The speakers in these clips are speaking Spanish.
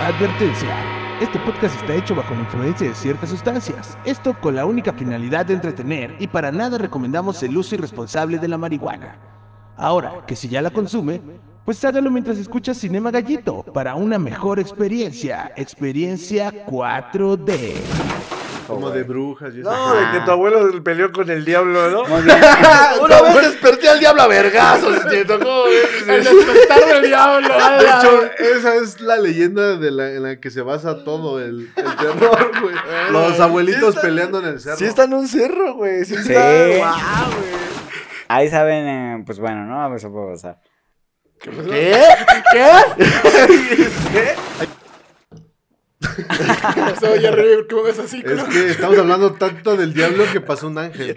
Advertencia. Este podcast está hecho bajo la influencia de ciertas sustancias, esto con la única finalidad de entretener y para nada recomendamos el uso irresponsable de la marihuana. Ahora, que si ya la consume, pues hágalo mientras escucha Cinema Gallito para una mejor experiencia, experiencia 4D. Como de brujas. y eso. No, de que tu abuelo peleó con el diablo, ¿no? Una vez desperté al diablo a vergazos, te tocó. El despertar del diablo. De hecho, esa es la leyenda de la, en la que se basa todo el, el terror, güey. Los abuelitos está- peleando en el cerro. Sí está en un cerro, güey. Sí Sí. está. Guau, Ahí saben, eh, pues bueno, ¿no? Eso puede pasar. güey. ¿Qué? Estaba allá arriba, ¿cómo ves así? Eh, Es que estamos hablando tanto del diablo que pasó un ángel.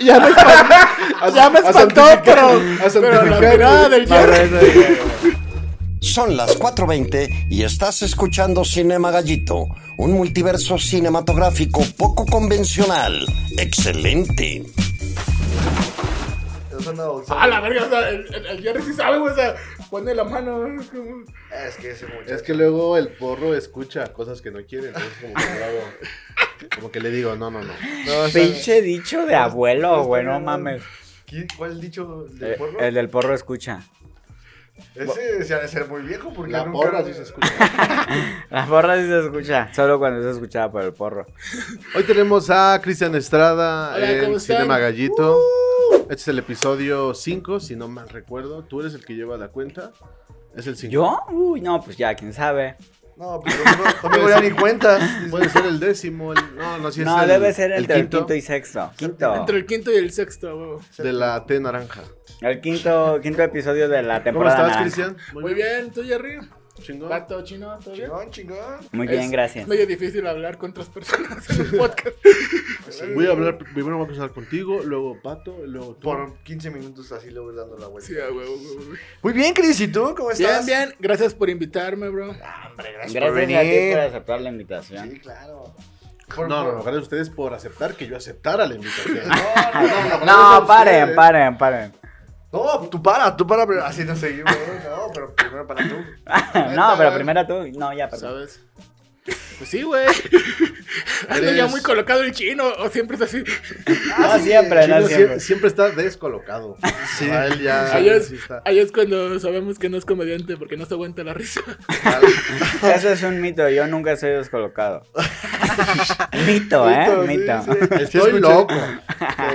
Ya me Ya me espantó, pero- pero la mirada Ah, del Son las 4.20 y estás escuchando Cinema Gallito, un multiverso cinematográfico poco convencional. Excelente. A la verga, o sea, el, el, el Jerry sí sabe, güey, o sea, pone la mano, güey, es como- Es que ese muchacho. Es que luego el porro escucha cosas que no quiere, entonces como que, le hago- como que le digo, no, no, no. Pinche dicho de abuelo, güey, no mames. ¿Qué- ¿Cuál dicho del Eh, porro? El del porro escucha. Ese se ha de ser muy viejo porque La nunca porra sí se escucha. La porra sí se escucha, solo cuando se escuchaba por el porro. Hoy tenemos a Cristian Estrada Hola, en ¿cómo están? Cinema Gallito. Uh. Este es el episodio 5, si no mal recuerdo. Tú eres el que lleva la cuenta. Es el 5. ¿Yo? Uy, no, pues ya, quién sabe. No, pero no, no me voy a dar ni cuentas. Puede ser el décimo. el- No, no, si es no, el, debe ser entre el quinto quinto y sexto. Quinto. Entre el quinto y el sexto, a huevo. de la T naranja. El quinto, quinto episodio de la ¿Cómo temporada. estás, naranja. Cristian? Muy bien, ¿tú, Jerry? Chingón. Vato, chino, ¿todo bien? Chingón, chingón. Muy bien, Es gracias. medio difícil hablar con otras personas en un podcast. Pues Voy a hablar, primero voy a empezar contigo, luego Pato, y luego tú. Por 15 minutos así le voy dando la vuelta. Sí, a huevo, huevo, huevo. Muy bien, Cris, ¿y tú cómo estás? Bien, bien. Gracias por invitarme, bro. Hombre, gracias, Gracias por venir. a ti por aceptar la invitación. Sí, claro. No, Por- no, no, por- gracias a ustedes por aceptar que yo aceptara la invitación. No, no, no, no. No, ustedes. paren, paren, paren. No, tú para, tú para, pero así no seguimos. No, pero primero para tú. No, pero primero tú. No, ya, perdón. ¿Sabes? Pues sí, güey. Ando ya Eres- muy colocado el chino, o siempre es así. Ah, No siempre, Chino no sie- siempre. siempre. está descolocado. Sí. él ya Ahí es, Ah, sí está. ahí es cuando sabemos que no es comediante porque no se aguanta la risa. Ah, Eso es un mito, yo nunca soy descolocado. mito, ¿eh? Mito. Estoy loco.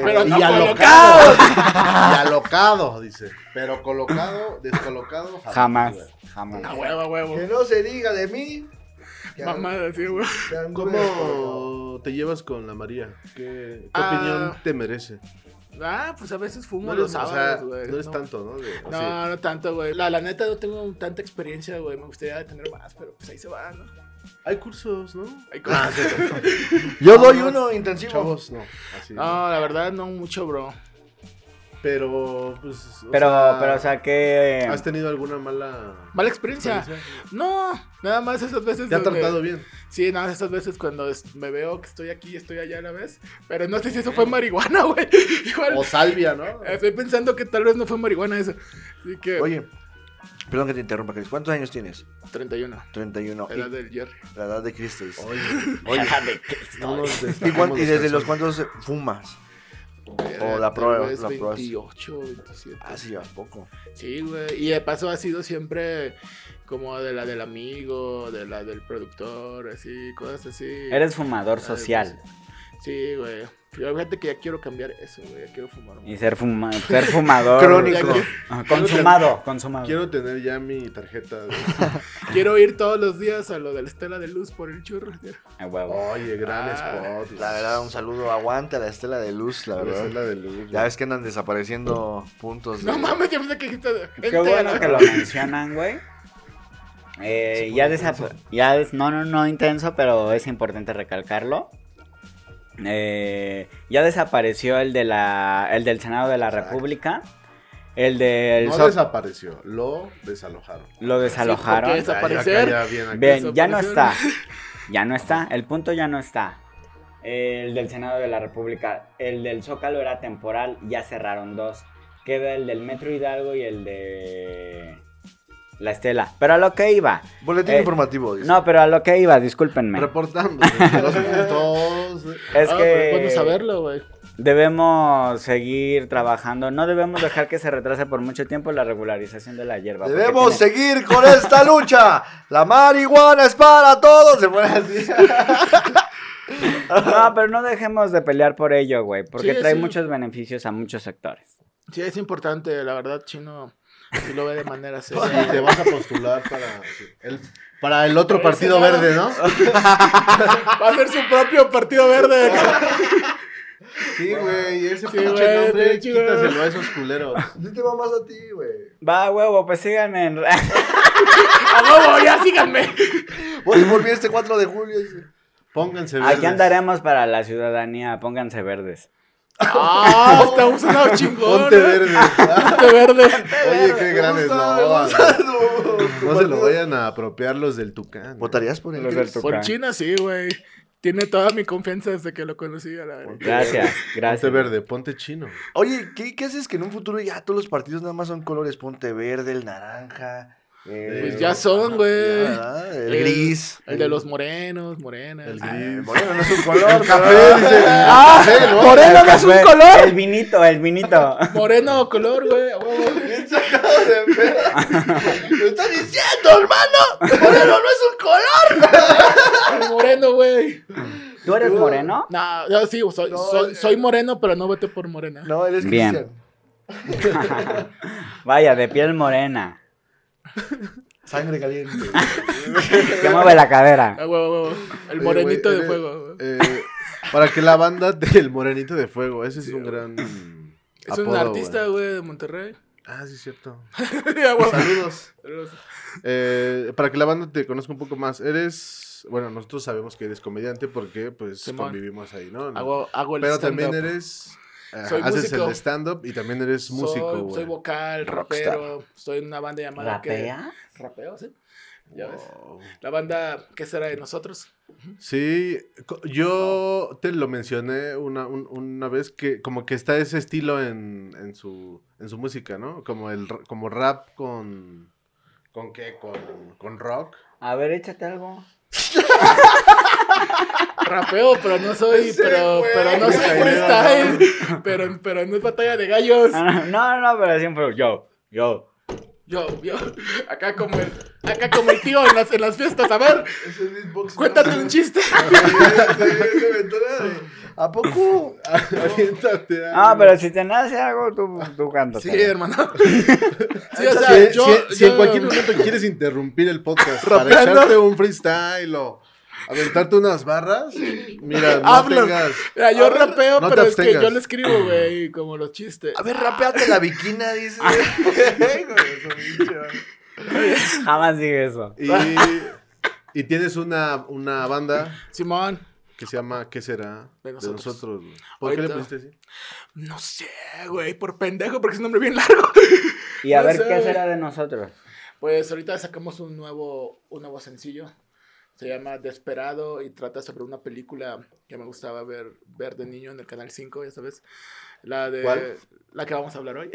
Pero y no alocado. y alocado, dice. Pero colocado, descolocado, jamás. Jamás, Ah, güey. A jamás. huevo, a Que huevo. no se diga de mí. que Mamada, sí, güey. que anduve descolocado. ¿Cómo te llevas con la María? ¿Qué, qué Ah. opinión te merece? Ah, pues a veces fumo No los eres, o sea, sábados, güey. no eres No. tanto, ¿no? De- No, así. no tanto, güey. La, la neta no tengo tanta experiencia, güey. Me gustaría tener más, pero pues ahí se va, ¿no? Hay cursos, ¿no? Hay cosas. Ah, Yo doy uno intensivo. Chavos, no. Así. No, la verdad no mucho, bro. Pero, pues. o Pero, sea, pero, o sea, que... ¿Has tenido alguna mala.? Mala experiencia. No, nada más esas veces. ¿Te ha donde- tratado bien? Sí, nada más esas veces cuando es- me veo que estoy aquí y estoy allá a la vez. Pero no sé si eso fue marihuana, güey. Igual. O salvia, ¿no? Estoy pensando que tal vez no fue marihuana eso. Así que. Oye, perdón que te interrumpa, Cris. ¿Cuántos años tienes? 31. 31. Y- Edad del Jerry. La edad de Cristo. dice. Oye, de qué No estoy? nos ¿Y, cuán- destapemos y desde calzones. los cuántos fumas? O Tal la prueba, vez la prueba. 28, 27. Ah, sí, llevas poco. Sí, güey. Y de paso ha sido siempre como de la del amigo, de la del productor, así, cosas así. Eres fumador social. Sí, güey. Yo, Fíjate que ya quiero cambiar eso, güey. Ya quiero fumar. Y ser, fuma- ser fumador. Crónico. Ah, Consumado, consumado. Quiero tener ya mi tarjeta. de- Quiero ir todos los días a lo de la estela de luz por el churro. A huevo. Oye, Ah, gran spot. La verdad, un saludo. Aguanta la estela de luz, la La verdad verdad. es la de luz. Ya ves que andan desapareciendo puntos. No de- mames, yo pensé que dijiste de gente. Qué bueno que lo mencionan, güey. Eh, ya desa- ya des- no, no, no intenso, pero es importante recalcarlo. Eh, ya desapareció el de la, el del Senado de la República, el del no Zó- desapareció, lo desalojaron. lo desalojaron. porque esa- Ya, Desaparecer. ya, bien aquí. Bien, ya no está, desapareció. ya no está. El punto ya no está. El del Senado de la República, el del Zócalo era temporal, ya cerraron dos. Queda el del Metro Hidalgo y el de La estela. Pero a lo que iba. Boletín Eh, informativo, dice. No, pero a lo que iba, discúlpenme. Reportando. desde los puntos, güey. Es Ah, pero que ¿Cuándo saberlo, güey? debemos seguir trabajando. No debemos dejar que se retrase por mucho tiempo la regularización de la hierba. porque Debemos tiene- seguir con esta lucha. La marihuana es para todos. Se pone así. No, pero no dejemos de pelear por ello, güey. Porque Sí, trae sí. muchos beneficios a muchos sectores. Sí, es importante, la verdad, Chino sí lo ve de manera Y seria. te vas a postular para el, para el otro partido verde, ¿no? Va a ser su propio partido verde. Sí, güey. Ese Sí, pinche güey, nombre, te chido. quítaselo a esos culeros. Sí te va más a ti, güey. Va, huevo, pues sigan en... ¡A huevo! ¡Ya síganme! Voy a volver este 4 de julio. dice. Pónganse verdes. Aquí andaremos para la ciudadanía. Pónganse verdes. ¡Ah! Estamos un lado chingón. Ponte ¿eh? verde. Ah, Ponte verde. Oye, qué gran eslogan. No se lo vayan a apropiar los del Tucán. ¿Votarías por Los él? del Por Tucán. China sí, güey. Tiene toda mi confianza desde que lo conocí, a la verdad. Gracias, Ponte gracias. verde, ponte chino. Oye, ¿qué, qué haces que en un futuro ya todos los partidos nada más son colores? Ponte verde, el naranja. eh, Pues ya son, güey. ¿verdad? El gris. El de los morenos, morenas. El Ah, gris. Bueno, no es un color. Café, dice. Ah. Café, ¿no? ¡Moreno Ah, no es un color! El vinito, el vinito. Moreno o color, güey. a huevo. Bien sacado de pedo. ¿Lo estás diciendo, hermano? Moreno no es un color. El moreno, güey. ¿Tú eres moreno? No, no, sí, soy, No, soy, eh. soy moreno, pero no voté por morena. No, él es Bien. Cristian. Vaya, de piel morena. Sangre caliente. Que mueve la cadera. A huevo, a huevo. El Oye, morenito güey, de eres- fuego. güey. eh, para que la banda del Morenito de Fuego, ese es un gran. Es un artista, güey, de Monterrey. Ah, sí, es cierto. A huevo. Saludos. Eh, para que la banda te conozca un poco más, eres. Bueno, nosotros sabemos que eres comediante porque, pues, Simón. convivimos ahí, ¿no? Hago, hago el Pero stand-up. también eres. ah, Soy haces músico. el stand-up y también eres músico, soy, güey. soy vocal, Rockstar. rapero. Estoy en una banda llamada. ¿Rapea? Que... Rapeo, sí. Ya ves. Oh. Wow. La banda, ¿qué será de nosotros? Sí, co- yo te lo mencioné una, un- una vez que como que está ese estilo en, en su, en su música, ¿no? Como el r- como rap con con qué con, con rock. A ver, échate algo. Rapeo, pero no soy, pero, pero no soy freestyle. Pero, pero no es batalla de gallos. Ah, No, no, no, pero siempre yo, yo. Yo, yo, acá como el, acá como el tío en las, en las fiestas. A ver, cuéntate un chiste. Ah, ¿A poco? Aviéntate Ah, algo. pero si te nace algo, tú, tú cantas. Sí, hermano. Sí, o sea, Si, yo, si- si en yo- cualquier momento quieres interrumpir el podcast para echarte un freestyle o aventarte unas barras, mira, no Hablo. tengas... Mira, yo rapeo, Ah, no te pero es que abstengas. yo lo escribo, güey, como los chistes. A ver, rapeate la biquina, dice. Jamás dije eso. Y, y tienes una, una banda Simón, que se llama ¿Qué será De de nosotros. nosotros? güey? ¿Por qué le Ahorita. pusiste así? no sé, güey, por pendejo, porque es un nombre bien largo. Y a No ver sé, qué güey. será de nosotros. Pues ahorita sacamos un nuevo, un nuevo sencillo. Se llama Desperado y trata sobre una película que me gustaba ver, ver de niño en el Canal 5, ya sabes. La de. ¿Cuál? La que vamos a hablar hoy.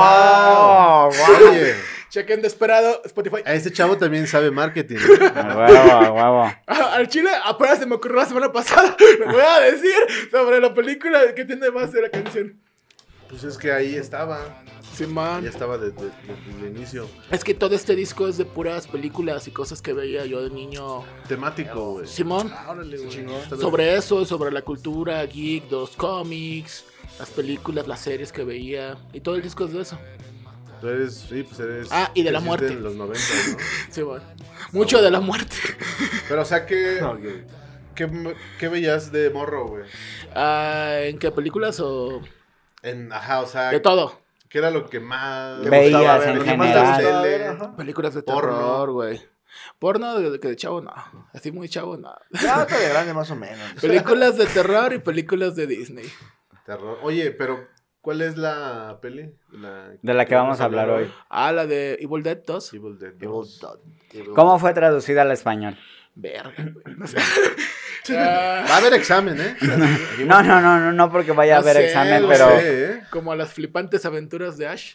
¡Ah! Oye, Chequen Desperado, Spotify. a este chavo también sabe marketing. A Ah, huevo, a huevo. Ah, Al chile, apenas se me ocurrió la semana pasada. Le voy a decir sobre la película que tiene más de la canción. Pues es que ahí estaba. Simón. Ya estaba desde, desde el inicio. Es que todo este disco es de puras películas y cosas que veía yo de niño. Temático, güey. Simón. Ah, Órale, güey. Está bien. Sobre eso, sobre la cultura geek, los cómics, las películas, las series que veía y todo el disco es de eso. Tú eres, sí, pues eres. Ah, y de la creciste muerte. En los 90, ¿no? Sí, bueno. Mucho de la muerte. Pero, o sea, que. ¿Qué, qué veías de morro, güey? Ah, ¿En qué películas o En, ajá, o sea, de todo? ¿qué era lo que más Te Veías gustaba ver? en Lo que más general. te gustaba ver, Tele. ajá. Películas de Porno. terror, güey. Porno de, que de chavo no, así muy chavo no. Ya, está de grande más o menos. Películas de terror y películas de Disney. Terror. Oye, pero ¿cuál es la peli? La- De la que vamos a hablar hoy. Ah, la de Evil Dead 2. Evil Dead. ¿Cómo fue traducida al español? Verga, güey. No sé. Ah, Va a haber examen, ¿eh? No, no, no, no, no porque vaya a No haber sé, examen, no pero sé, ¿eh? Como las flipantes aventuras de Ash.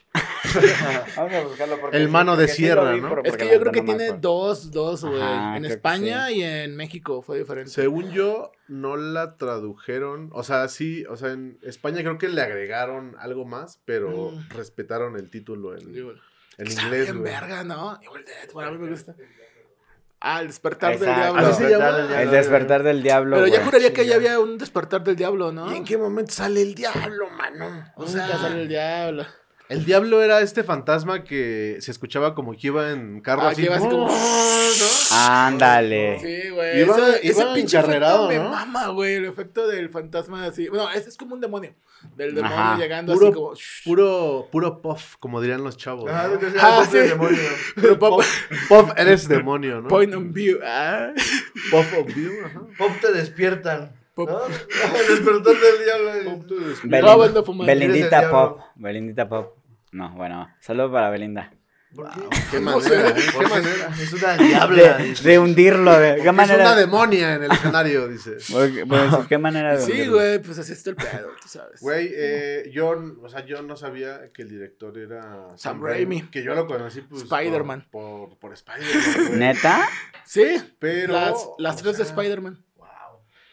Vamos a buscarlo porque El sí, mano de porque sí lo sierra, vi, ¿no? pero Es porque que la yo creo neta que no me tiene acuerdo. dos, dos, güey. Ajá, En creo que España sí. y en México fue diferente. Según yo, no la tradujeron. O sea, sí, o sea, en España creo que le agregaron algo más, pero Mm. respetaron el título en, Digo, en está inglés, bien güey. verga, ¿no? Igual de bueno, a mí me gusta. Ah, el despertar del Exacto. diablo. Así se llama. Despertar del diablo. El despertar del diablo. Pero ya güey. juraría que ya había un despertar del diablo, ¿no? ¿Y en qué momento sale el diablo, mano? O sea, Nunca sale el diablo. el diablo era este fantasma que se escuchaba como que iba en carro Ah, así. que iba así como. ¿no? Ándale. Sí, güey. Iba- Eso- iba ese pinche encarrerado, efecto me ¿no? mama, güey. El efecto del fantasma así. Bueno, ese es como un demonio. Del demonio Ajá. llegando Puro- así como. Puro, puro puff, como dirían los chavos. Ah, ¿no? entonces, Ah, ah, sí. el demonio. Pero pop- Puff, eres demonio, ¿no? point of view. Ah. Puff of view, ajá. Pop te despiertan. Pop. ¿no? El despertar del diablo. Belin- No, banda fumada. Belindita Eres el Pop. Belindita Pop. No, bueno, saludo para Belinda. ¿Por qué? Ah, Qué No manera, sé. ¿eh? qué manera. Es una De, diabla. de hundirlo, de Es qué una manera. demonia en el escenario, dice. Porque- pues, qué manera de Sí, hundirlo. güey, pues así está el pedo, tú sabes. Güey, eh, yo, o sea, yo no sabía que el director era Sam, Raimi. Raimi. Que yo lo conocí pues, Spider-Man. Por, por, por Spider-Man. güey. ¿Neta? Sí, Pero, las, las tres de o sea, Spider-Man.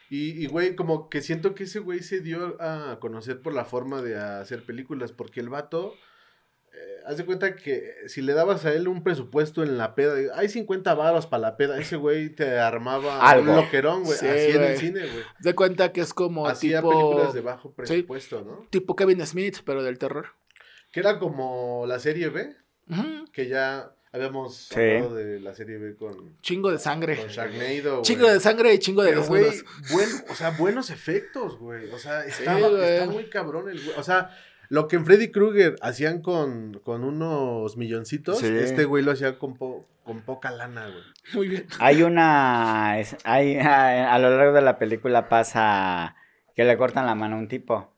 Y, y, güey, como que siento que ese güey se dio a conocer por la forma de hacer películas, porque el vato, eh, haz de cuenta que si le dabas a él un presupuesto en la peda, hay 50 varos para la peda, ese güey te armaba Algo. un loquerón, güey, Sí, así en güey. el cine, güey. De cuenta que es como Hacía tipo, películas de bajo presupuesto, ¿no? tipo Kevin Smith, pero del terror. Que era como la serie B, Ujú, que ya habíamos Sí. hablado de la serie B con, Chingo de con sangre. Sharknado, güey. Chingo de sangre y chingo de Pero, güey, desnudos. buen- o sea, buenos efectos, güey. O sea, está, Sí, güey. está muy cabrón el güey. O sea, lo que en Freddy Krueger hacían con, con unos milloncitos, Sí. este güey lo hacía con, po- con poca lana, güey. Muy bien. Hay una. es- hay, a, a lo largo de la película pasa que le cortan la mano a un tipo.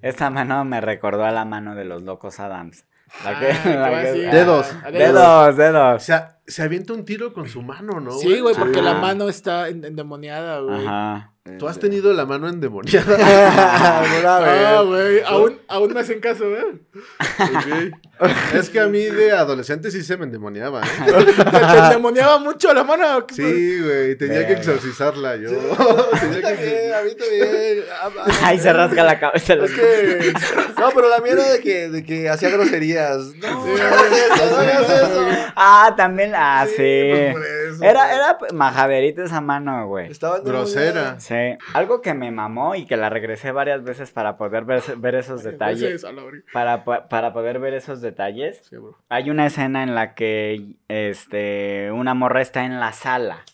Esta mano me recordó a la mano de los locos Adams. La que- Ah, ¿qué la va a que- decir? Dedos, Ah, Dedos, O dedos. sea, se avienta un tiro con su mano, ¿no? Sí, güey, porque Sí. Ah. la mano está en- endemoniada, güey. Ajá. Tú has tenido la mano endemoniada. Alguna Ah, vez. güey, aún, aún me hacen caso, ¿eh? Ok. Es que a mí de adolescente sí se me endemoniaba, ¿eh? Se te endemoniaba mucho la mano. ¿qué fue? Sí, güey, tenía que exorcizarla yo. Tenía que exorcizarla. A mí también. Ah, ah, Ay, se rasga la cabeza. Es que. No, pero la mierda de que, de que hacía groserías. No, no hagas eso, no hagas eso. Ah, también. Ah, sí. pues por eso. Era, era majaderita esa mano, güey. Estaba Grosera. Sí. Algo que me mamó y que la regresé varias veces para poder ver, ver esos detalles. Entonces, a la verga. Para, po- para poder ver esos detalles. Sí, bro. Hay una escena en la que este, una morra está en la sala.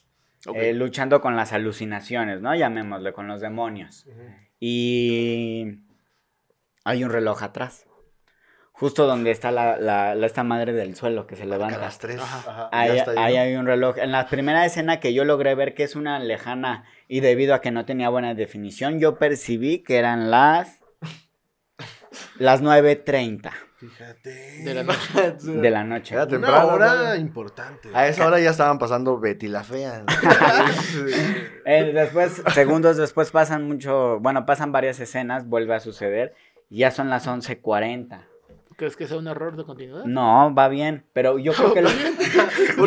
Ok. eh, luchando con las alucinaciones, ¿no? Llamémosle, con los demonios. Y hay un reloj atrás. Justo donde está la, la- la- esta madre del suelo que se A levanta. las tres. Ajá. Ahí, Ah, Ya está ahí, ahí ¿no? hay un reloj. En la primera escena que yo logré ver que es una lejana y debido a que no tenía buena definición, yo percibí que eran las las 9.30 Fíjate. De la noche. de la noche. Era Una temprano, hora ¿no? importante. A esa hora ya estaban pasando Betty la fea. ¿no? Eh, después, segundos después pasan mucho, bueno, pasan varias escenas, vuelve a suceder. y Ya son las 11.40. ¿Crees que sea un error de continuidad? No, va bien, pero yo creo que lo- Porque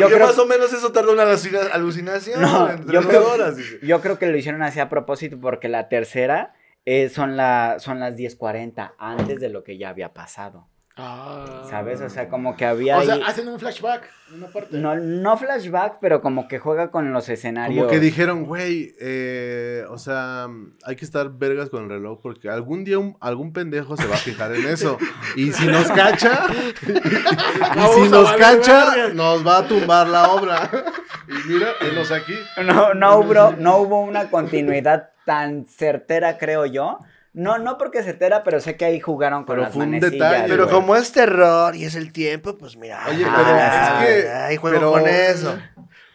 yo, creo, más o menos eso tarda una alucina- alucinación. No, entre yo dos creo- horas. dice. yo creo que lo hicieron así a propósito porque la tercera eh, son, la, son las 10.40 antes de lo que ya había pasado, Ah. ¿sabes? O sea, como que había O sea, ahí- hacen un flashback en una parte. no, no flashback, pero como que juega con los escenarios. Como que dijeron, güey, eh, o sea, hay que estar vergas con el reloj porque algún día un- algún pendejo se va a fijar en eso. Y si nos cacha, y si Vamos a nos valer cacha, verga. nos va a tumbar la obra. Y mira, los aquí. No, no hubo, no hubo una continuidad tan certera, creo yo. No, no porque certera, pero sé que ahí jugaron con Pero las fue un manecillas, detalle, güey. Pero como es terror y es el tiempo, pues mira. Oye, Ah, pero ah, es que. Ay, juego pero- con eso.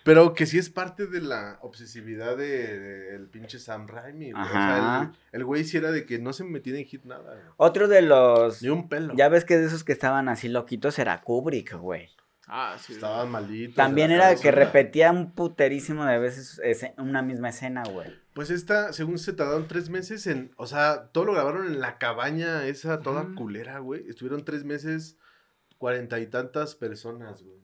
Pero que sí es parte de la obsesividad de- del pinche Sam Raimi. güey. O sea, Ajá. el- el güey sí era de que no se me tiene en hit nada. güey. Otro de los... Ni un pelo. Ya ves que de esos que estaban así loquitos era Kubrick, güey. Ah, sí. Estaban malditos. También la era el que cabeza. repetía un puterísimo de veces ese- una misma escena, güey. Pues esta, según se tardaron tres meses en. O sea, todo lo grabaron en la cabaña esa toda Ujú. culera, güey. Estuvieron tres meses cuarenta y tantas personas, güey.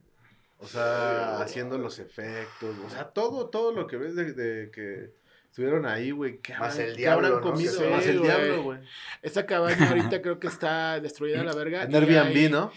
O sea, haciendo los efectos, o sea, todo, todo lo que ves de, de que estuvieron ahí, güey. ¿Qué Más habrán- el qué habrán diablo, ¿no? comido? Sí, Más el güey. diablo, güey. Esa cabaña ahorita creo que está destruida a la verga. En y uh, hay- Airbnb, ¿no?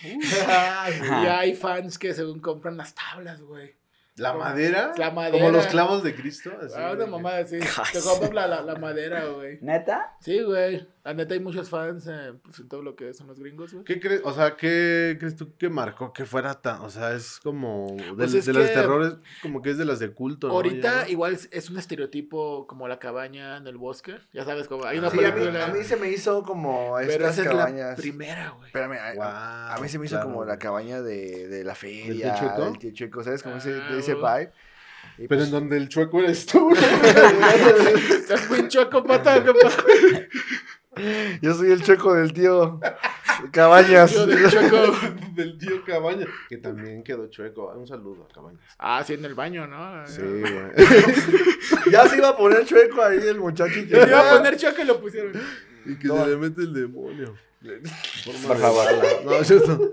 Y hay fans que según compran las tablas, güey. La madera. La madera. Como los clavos de Cristo. así, Ah, una güey. mamada así. Ay, Te compran la, la- la madera, güey. ¿Neta? Sí, güey. La neta hay muchos fans eh, pues, en todo lo que son los gringos, güey. ¿Qué crees? O sea, ¿qué crees tú que marcó que fuera tan? O sea, es como de, Pues es de las que- terrores, como que es de las de culto. ¿no? Ahorita Ya, ¿no? igual es- es un estereotipo como la cabaña en el bosque. Ya sabes, como hay una Sí, a mí, película. a mí se me hizo como pero estas esa es la cabañas. primera, güey. Espérame, a, a- a mí se me hizo Claro, como güey. la cabaña de, de la feria. tío Chueco? del tío Chueco, ¿sabes? Como ese, Ah, de ese güey. vibe. Y Pero pues- en donde el chueco eres tú. güey. Estás muy choco, pata, compa. Yo soy el Chueco del tío. Cabañas. Yo del choco. Del tío Cabaña. Que también quedó chueco. Ah, Un saludo a Cabañas. Ah, sí, en el baño, ¿no? Sí, Yo güey. ya se iba a poner Chueco ahí el muchacho. y que- le iba a poner choco y lo pusieron. Y que No. se le mete el demonio. Por favor. No, es cierto.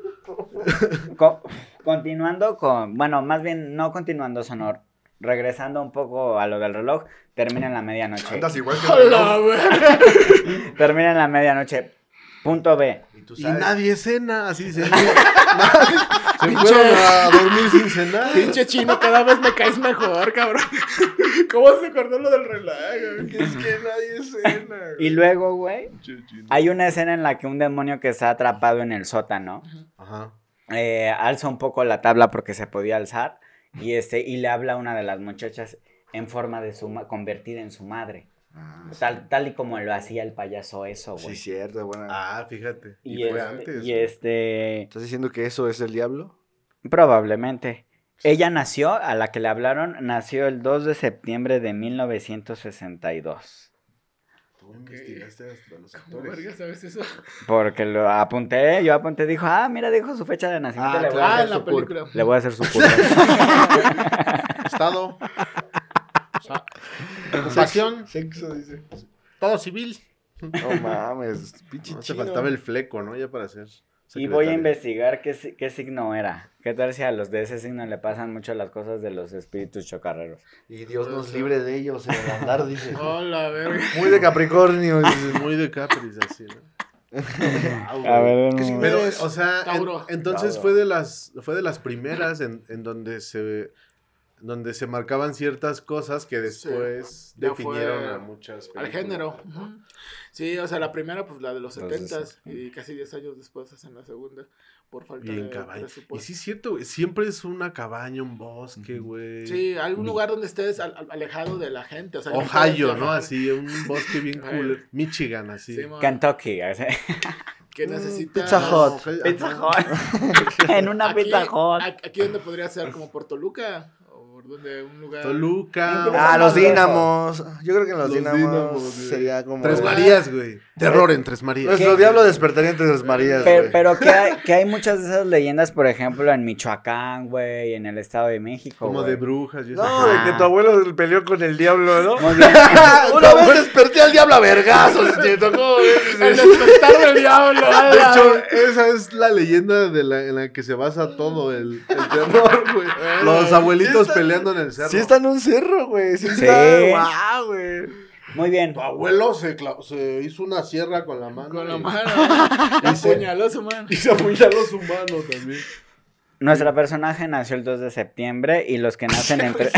Co- continuando con, bueno, más bien no continuando sonor, regresando un poco a lo del reloj, termina en la medianoche. Andas igual que Hola, güey. Termina en la medianoche. Punto B. Y tú Y sabes. nadie cena, así se. se fueron a dormir sin cenar. Pinche chino, cada vez me caes mejor, cabrón. ¿Cómo se acordó lo del reloj, güey? Es que nadie cena. Y luego, güey, Pinche chino. hay una escena en la que un demonio que está atrapado en el sótano Ajá. eh, alza un poco la tabla porque se podía alzar y, este, y le habla a una de las muchachas en forma de su ma- convertida en su madre. Tal, tal y como lo hacía el payaso eso, Sí, güey. Ah, cierto, bueno. Ah, fíjate. Y, Y, fue este- antes. y este... ¿Estás diciendo que eso es el diablo? Probablemente. Ella nació, a la que le hablaron, nació el 2 de septiembre de 1962. Tú investigaste hasta los ¿Cómo verga actores. sabes eso? Porque lo apunté, yo apunté, dijo, ah, mira, dijo su fecha de nacimiento, Ah, le, voy claro. a Ah, hacer en la su curva. película. Le voy a hacer su curva. Estado. Ocupación. Sexo, dice. Todo civil. No mames, pinche No te chino. faltaba el fleco, ¿no? Ya para hacer. y voy a secretaria. investigar qué, si- qué signo era. ¿Qué tal si a los de ese signo le pasan mucho las cosas de los espíritus chocarreros? Y Dios nos libre de ellos en el andar, dice. Hola, verga. Muy de Capricornio, dice. Es muy de Capris, así, ¿no? Wow, A güey. ver, ¿Qué un- signo Pero, eres? o sea, en- Tauro. entonces Tauro. fue de las fue de las primeras en, en donde se donde se marcaban ciertas cosas que después Ya definieron fue a muchas Al películas. género. Ujú. Sí, o sea, la primera, pues la de los Entonces, 70 y casi 10 años después hacen la segunda por falta Bien de cabaña. Y presupuesto. sí es cierto, güey, siempre es una cabaña, un bosque, güey. Sí, algún lugar donde estés al- al- alejado de la gente. O sea, que Ohio, estés- ¿no? Así, un bosque bien Ajá. cool. Michigan, así. Sí, mon, Kentucky. así. que Mm, necesitas. Pizza Hut. Ohio, ajá. en una Aquí, pizza hot. a- aquí donde podría ser como por Toluca o por donde un lugar. Toluca. Ah, Los los dínamos. Yo creo que en los, Los dínamos, dínamos, güey. sería como. Tres Marías, güey. Terror en Tres Marías. Nuestro diablo despertaría entre las Marías. Pe- güey. pero que hay, que hay muchas de esas leyendas, por ejemplo, en Michoacán, güey, en el Estado de México. Como güey. de brujas. y No, de Ah. que tu abuelo peleó con el diablo, ¿no? Muy bien. "Ah". Una vez desperté al diablo a vergazos, te tocó. El despertar del diablo. De hecho, esa es la leyenda de la, en la que se basa todo el, el terror, güey. Ah, Los abuelitos está- peleando en el cerro. Sí está en un cerro, güey. Sí Sí. está. guau, güey. Muy bien. Tu abuelo se, cla- se hizo una sierra con la mano. Con la y- mano. La apuñaló su mano. Y se apuñaló su mano también. Nuestra personaje nació el 2 de septiembre y los que nacen entre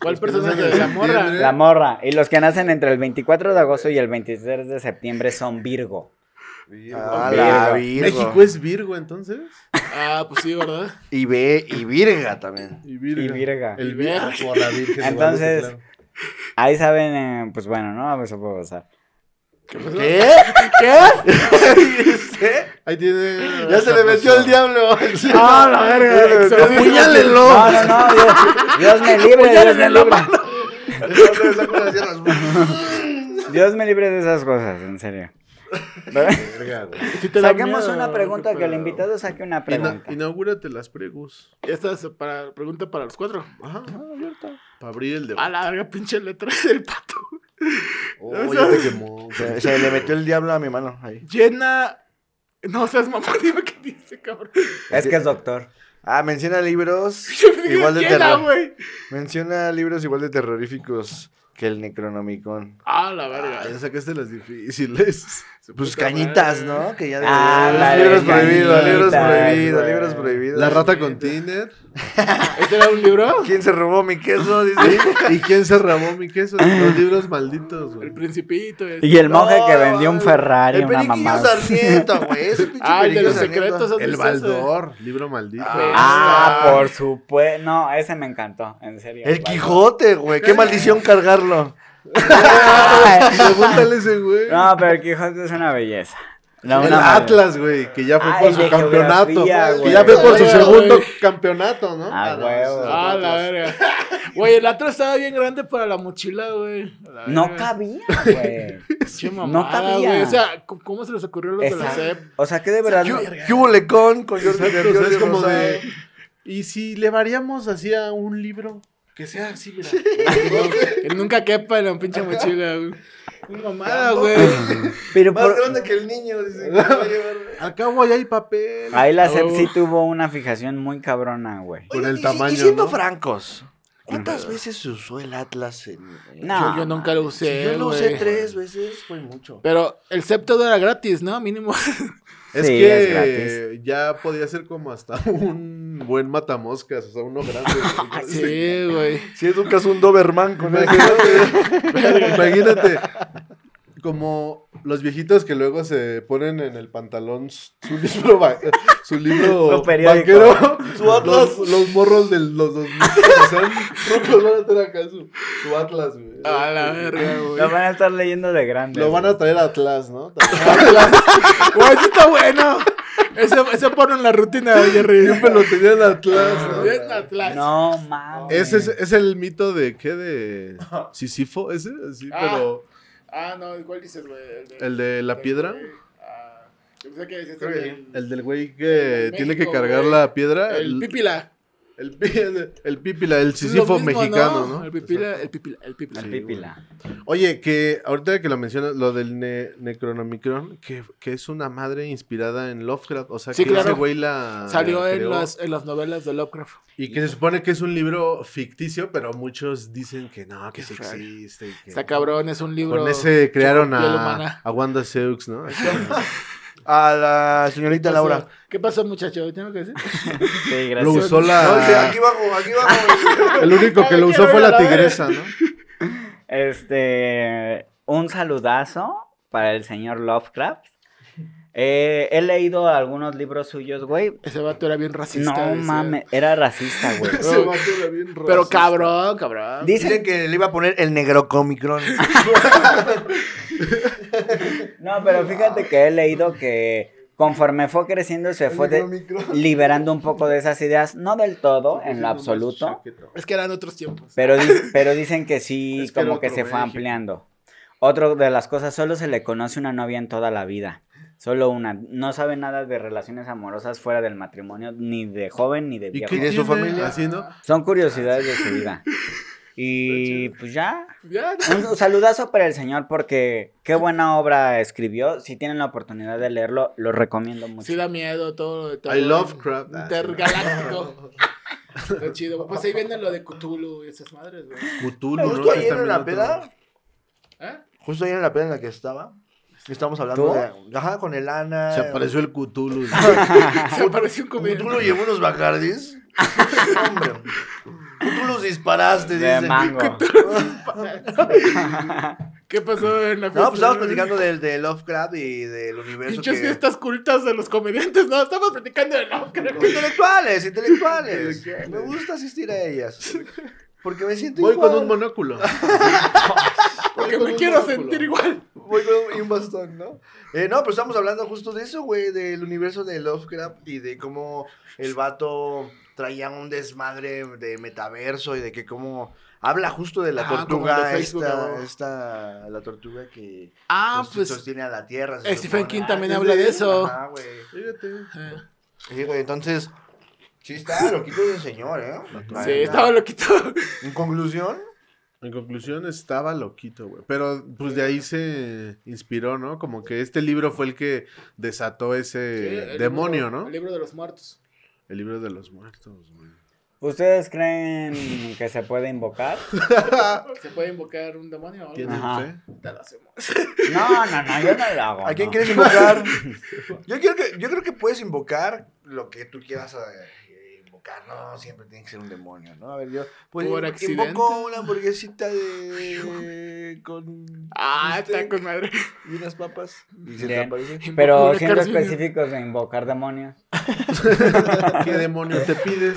¿Cuál personaje de la ¿eh? morra? la morra y los que nacen entre el 24 de agosto y el 23 de septiembre son Virgo. Ah, Virgo. la Virgo. México es Virgo, entonces. Ah, pues sí, ¿verdad? Y, ve, y Virga también. Y Y Virga. El Virga. Virgo. la Virgen. de Entonces- Guadalupe, Ahí saben, eh, pues bueno, no, eso puede pasar. ¿Qué pasó? ¿Qué? ¿Qué? claro. Ahí tiene. Ya se le metió el diablo. Ah, la verga, Ya le metió- exorcismo. ¡Apuñálenlo! No, no, no, Dios, Dios me libre, Dios me libre. Le sacó las sierras. Dios me libre de esas cosas, en serio. Verga, güey. Sí te da Saquemos miedo, una pregunta, qué que el pedo. invitado saque una Ina- pregunta. inaugúrate las pregus. Esta es para, pregunta para los cuatro. Ajá. Para abrir el A debate. la verga, pinche letra del pato. Oh, ya te quemó. Se, se le metió el diablo a mi mano. Ahí. Llena No seas mamá, dime qué dice, cabrón. Es que es doctor. Ah, menciona libros Yo pensé que igual de era, terror. güey. Menciona libros igual de terroríficos que el Necronomicon. Ah, la Ah, ya verga. sacaste las difíciles. Pues Puta cañitas, madre. ¿no? Que ya Ah, Los la de libros prohibidos, cañitas, libros prohibidos, güey. libros prohibidos. La rata con Tinder. ¿Este era un libro? ¿Quién se robó mi queso? Dice. ¿Y quién se rabó mi queso? Los libros malditos, El güey. principito. ese. Y el monje No, que vendió un Ferrari, El una periquillo mamá. Sarmiento, güey. Ese pinche Ah, el de periquillo los Sarmiento. secretos. ¿dónde El está ese? Baldor, libro maldito. Ah, por supuesto. No, ese me encantó, en serio. El Quijote, güey. Qué maldición cargarlo. Pregúntale ese güey. No, pero el Quijote es una belleza. No, el una madre. Atlas, güey, que ya fue Ay, por su de campeonato. geografía, Que güey. ya fue por su Ay, segundo güey. campeonato, ¿no? Ah, no, huevo. ese- Ah, la verga. Güey, el otro estaba bien grande para la mochila, güey. A la No verga. cabía, güey. Che no mamada, cabía. güey. O sea, ¿cómo- ¿cómo se les ocurrió a los de la Exacto. CEP? O sea, que de verdad. no- ¿Qué hubo lecón con Jordi Exacto, Jordi o sea, es como Rosado? de. ¿Y si le variamos así a un libro? Que sea así, mira. que nunca quepa en la pinche mochila, güey. Una Mamada, güey. Pero Más por- grande que el niño. Dice, ¿cómo va a llevar? Al cabo ya hay papel. ahí la Oh. CEP sí tuvo una fijación muy cabrona, güey. Por Oigan, el y si- tamaño, Y siendo ¿no? francos, ¿cuántas veces se usó el Atlas en.? en- No. yo, yo nunca lo Si usé, yo lo usé güey. tres veces, fue mucho. Pero el CEP todo era gratis, ¿no? Mínimo. Es Sí, es que gratis. ya podía ser como hasta un buen matamoscas, o sea, uno grande. Sí, güey. Si educas un Doberman con el Imagínate, imagínate, como los viejitos que luego se ponen en el pantalón s- su libro, va- su libro Su periódico. vaquero, Su atlas. Los, los morros de los 2000 que sean rucos van a tener acá su, su atlas, güey. A la verga, güey. Lo van a estar leyendo de grande. Lo van a traer a Atlas, ¿no? También. Güey, eso está bueno. Ese, ese pone en la rutina de Jerry. Siempre lo tenían Atlas, ¿no? Bien atrás. No mames. Ese es, es el mito de qué de Sísifo ese, sí, Ah. pero Ah, no, ¿cuál dices, güey? de- el de la piedra, Ah, yo pensé que decías Creo que el, el del güey El que de tiene que México, cargar güey. la piedra, el el, pipila. el, pi- el, el pípila, el Sísifo Lo mismo, mexicano, ¿no? El pipila, el pipila, el pipila. La pípila. Oye, que ahorita que lo mencionas, lo del ne- Necronomicron, que, que es una madre inspirada en Lovecraft, o sea, Sí, que claro. ese güey la Salió la en creó, las, en las novelas de Lovecraft. y que se supone que es un libro ficticio, pero muchos dicen que no, que Qué sí raro. existe. y que- Está cabrón, es un libro. Con ese crearon piel a, humana. a Wanda Seux, ¿no? Este, A la señorita ¿Qué pasó? Laura. ¿Qué pasó, muchacho? ¿Tengo que decir? Sí, Lo gracias. usó No, dice, la. aquí bajo, aquí bajo. El único que lo usó fue la tigresa, ¿no? Este, un saludazo para el señor Lovecraft. Eh, he leído algunos libros suyos, güey. Ese vato era bien racista. No decía. mames, era racista, güey. Ese vato era bien Pero racista. cabrón, cabrón. Dicen que le iba a poner el negrocomicron. No, pero fíjate que he leído que conforme fue creciendo se fue de- liberando un poco de esas ideas, no del todo, en lo absoluto, Es que eran otros tiempos. pero, di- pero dicen que sí, Es que era como que otro se fue México. ampliando. Otra de las cosas, solo se le conoce una novia en toda la vida. Solo una. No sabe nada de relaciones amorosas fuera del matrimonio, ni de joven ni de ¿Y viejo. qué ¿Y de tiene su familia? Así, ¿no? Son curiosidades de su vida. Y pues ya. Ya, no. Un saludazo para el señor porque qué buena obra escribió. Si tienen la oportunidad de leerlo, lo recomiendo mucho. Sí da miedo todo lo de todo. I love crap. Intergaláctico. Está chido. Pues ahí viene lo de Cthulhu y esas madres, güey. Cthulhu, ¿no? Justo ayer También en la otro. peda, ¿Eh? justo ayer en la peda en la que estaba, estábamos hablando de. Ajá, con el Ana. Se apareció el Cthulhu. ¿no? Se apareció un Cthulhu comediante. llevó unos bacardis. Hombre. Tú los disparaste, de dicen. mango. ¿Qué pasó en la fiesta? No, pues estábamos platicando del de Lovecraft y del universo. Pinches Que... fiestas cultas de los comediantes, no, estamos platicando de Lovecraft. Intelectuales, intelectuales. Me gusta asistir a ellas. Porque me siento Voy igual. con un monóculo. Porque me quiero sentir igual. Voy con un, y un bastón, ¿no? Eh, no, pero estamos hablando justo de eso, güey, del universo de Lovecraft y de cómo el vato traía un desmadre de metaverso y de que cómo habla justo de la Ah, como el tortuga de Facebook, esta, cabrón. esta, la tortuga que Ah, sost- pues. sostiene a la tierra. se Stephen supone. King también Ah, habla de sí, eso. Ajá, güey. Fíjate. eh, Sí, güey, entonces, sí está loquito el señor, ¿eh? Sí, estaba loquito. En conclusión, En conclusión, estaba loquito, güey. Pero pues de ahí se inspiró, ¿no? Como que este libro fue el que desató Sí, ese el demonio, libro- ¿no? El libro de los muertos. El libro de los muertos, güey. ¿Ustedes creen que se puede invocar? ¿Se puede invocar un demonio o algo? ¿Tiene Ajá. fe? Te lo hacemos. No, no, no, yo no lo hago. ¿A quién no. quieres invocar? Yo, quiero que, yo creo que puedes invocar lo que tú quieras eh, invocar, ¿no? Siempre tiene que ser un demonio, ¿no? A ver, yo. Pues Por invo- accidente. invoco una hamburguesita de. con. Ah, está bistec con madre. Y unas papas. Y se Bien. te aparece. Pero Una siendo carcilla. específicos de invocar demonios. ¿Qué demonio te pides?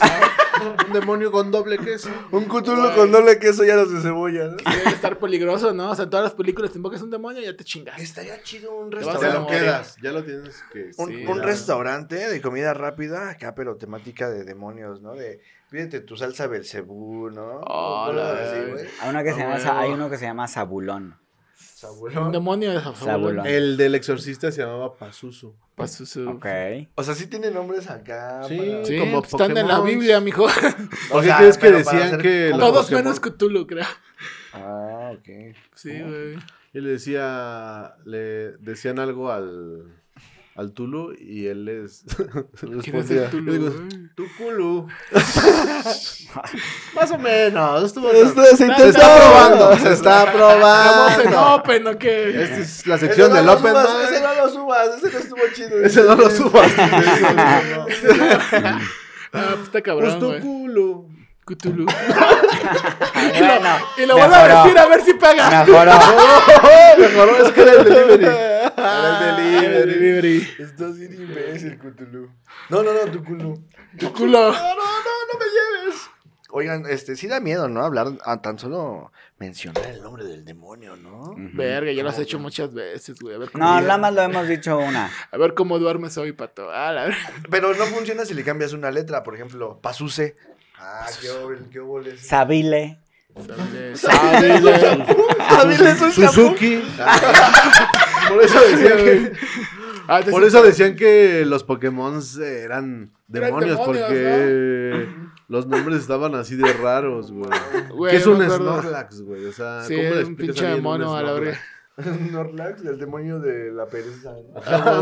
Un demonio con doble queso. Un cutulo con doble queso ya los de cebolla, ¿no? Debe estar peligroso, ¿no? O sea, en todas las películas te invocas un demonio y ya te chingas. Estaría chido un vas a Te restaurante. lo Bueno, quedas, ya lo tienes que. Un, Sí, un la- restaurante de comida rápida, acá, pero temática de demonios, ¿no? De pídete tu salsa Belcebú, ¿no? Oh, O cosas la así, verga. güey. Hay, uno que se Ah, llama, huevo. Sa- hay uno que se llama Zabulón. Un Sabulón. demonio de Sabulón. El del exorcista se llamaba Pazuzu. Pasó su... Ok. O sea, sí tiene nombres acá. Sí. para- Sí, Como pues, están en la Pokémon. Biblia, mijo. ¿Por O qué sea, crees que pero para decían hacer que los Todos Pokémon- menos Cthulhu, creo. Ah, ok. Sí, güey. Y le decía, le decían algo al, al Tulu y él les ¿Quién es el respondía. Cthulhu, Yo digo, güey? Tu culo. Más o menos. estuvo- se te está probando, se está Estamos en probando. open, ¿o qué? Esta es la sección del Open Mic. Ese no lo subas, ese no estuvo chido. Ese no lo subas. Ah, pues está Pues cabrón, tu güey. culo. Cthulhu. Bueno, Y lo vuelvo a mejoró, decir a ver si pega. Mejoró. Mejor es que era el delivery. Ah, Era el delivery. Estás bien imbécil, Cthulhu. No, no, no, tu culo. Tu culo. Oigan, este, sí da miedo, ¿no? Hablar, a tan solo mencionar el nombre del demonio, ¿no? Mm. Verga, ya lo has hecho muchas veces, güey. A ver cómo, No, nada más lo hemos dicho una. a ver cómo duermes hoy, pato. Ah, la verga. Pero no funciona si le cambias una letra, por ejemplo, pasuse. Ah, qué obole, qué obole. Sabile. Suzuki. Por eso decían que, Ah, entonces- por eso decían que los Pokémon eran demonios, demonios, porque los nombres estaban así de raros, güey. Güey, que es yo un me acuerdo. Snorlax, güey. O sea, Sí, ¿cómo le es un explicas pinche alguien un demonio a la verga. Snorlax? Norlax, el demonio de la pereza. Ah,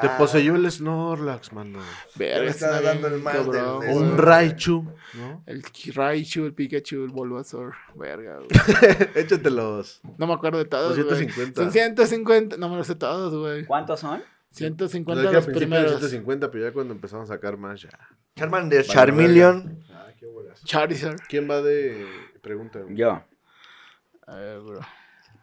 Te poseyó el Snorlax, mano. Verga, me está está dando bien el mal del- cabrón, del- O un güey. Raichu, ¿no? El Raichu, el Pikachu, el Bulbasaur. Verga, güey. Échatelos. No me acuerdo de todos. Los güey. 150. Son 150. No me los sé todos, güey. ¿Cuántos son? 150 Cuando los al principio era primeros. 150, pero ya cuando empezamos a sacar más, ya. Charmander, Charmeleon. Charizard. ¿Quién va de pregunta? güey? Yo. A ver, bro.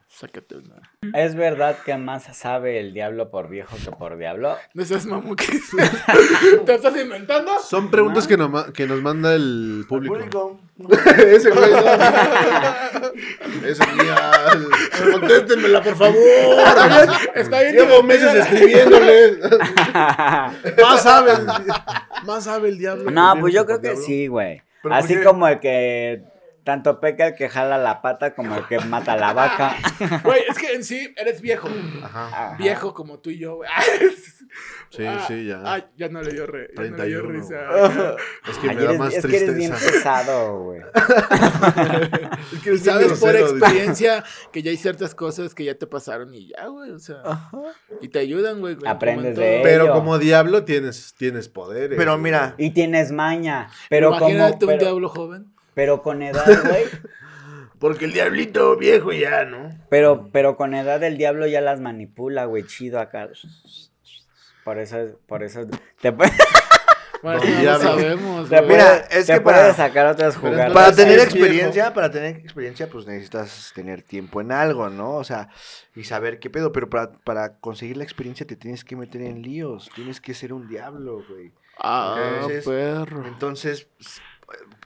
Sácate una. ¿Es verdad que más sabe el diablo por viejo que por diablo? No seas mamón que ¿Te estás inventando? Son preguntas que, noma- que nos manda el público. Público. Ese güey. ¿no? Ese día. Contéstenmela, por favor. Está bien. Llevo meses escribiéndoles. no, Más sabe. el- Más sabe el diablo. pues yo creo que sí, güey. ¿Pero por Así qué? como el que tanto peca el que jala la pata como el que mata la vaca. Güey, es que en sí eres viejo. Ajá. Ajá. Viejo como tú y yo, güey. Sí, Ah, sí, ya. Ah, ya no le dio, re, ya no le dio 31, risa. es que Ay, me da eres- más es que eres bien tristeza. pesado, güey. Sabes por grosero, dice. experiencia que ya hay ciertas cosas que ya te pasaron y ya, güey. O sea, y te ayudan, güey. güey, Aprendes como en de todo. él. Pero Ello. como diablo tienes, tienes poderes. Pero güey. mira, Y tienes maña. Pero como. Imagínate un Pero, diablo joven. pero con edad, güey. Porque el diablito viejo ya, ¿no? Pero, pero con edad el diablo ya las manipula, güey. Chido acá. Por eso, es- por eso. Te, puede- Bueno, Don eso no lo diablo. sabemos, te güey. Mira, puede- es te que puede para- sacar otras jugadas. Para tener es viejo. experiencia, para tener experiencia, pues necesitas tener tiempo en algo, ¿no? O sea, y saber qué pedo, pero para, para conseguir la experiencia te tienes que meter en líos, tienes que ser un diablo, güey. Ah, Ese es- perro. Entonces, pues,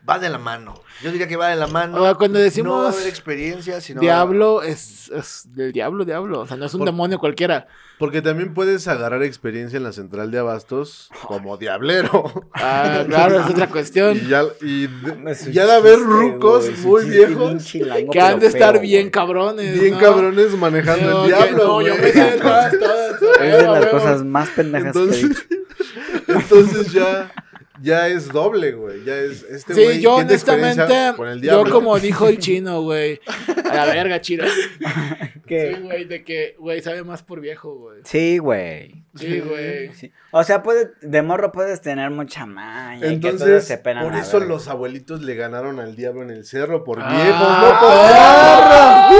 va de la mano. Yo diría que va de la mano. O sea, cuando no va a decimos haber experiencia, sino diablo, es, es del diablo, diablo. O sea, no es un Por- demonio cualquiera. Porque también puedes agarrar experiencia en la central de abastos como diablero. Ah, claro, es otra cuestión. Y ya, y No, es un de, ya de haber chiste, rucos güey, es un muy chiste bien viejos, chilango, Que han pero de estar feo, bien güey. cabrones. bien ¿no? cabrones manejando Digo el que diablo. No, yo güey. me sé de todas, todas. Es de Ah, las huevo. cosas más pendejas que he Entonces, dicho. entonces ya, ya es doble, güey. Ya es este Sí, güey yo tiene honestamente, experiencia con el yo diablo. como dijo el chino, güey, a la verga, chino. Sí, Que- güey, de que, güey, sabe más por viejo, güey. Sí, güey. Sí, güey. Sí. O sea, puede, de morro puedes tener mucha maña. y que todos Entonces, se penan por a eso ver. los abuelitos le ganaron al diablo en el cerro por Ah. viejos, no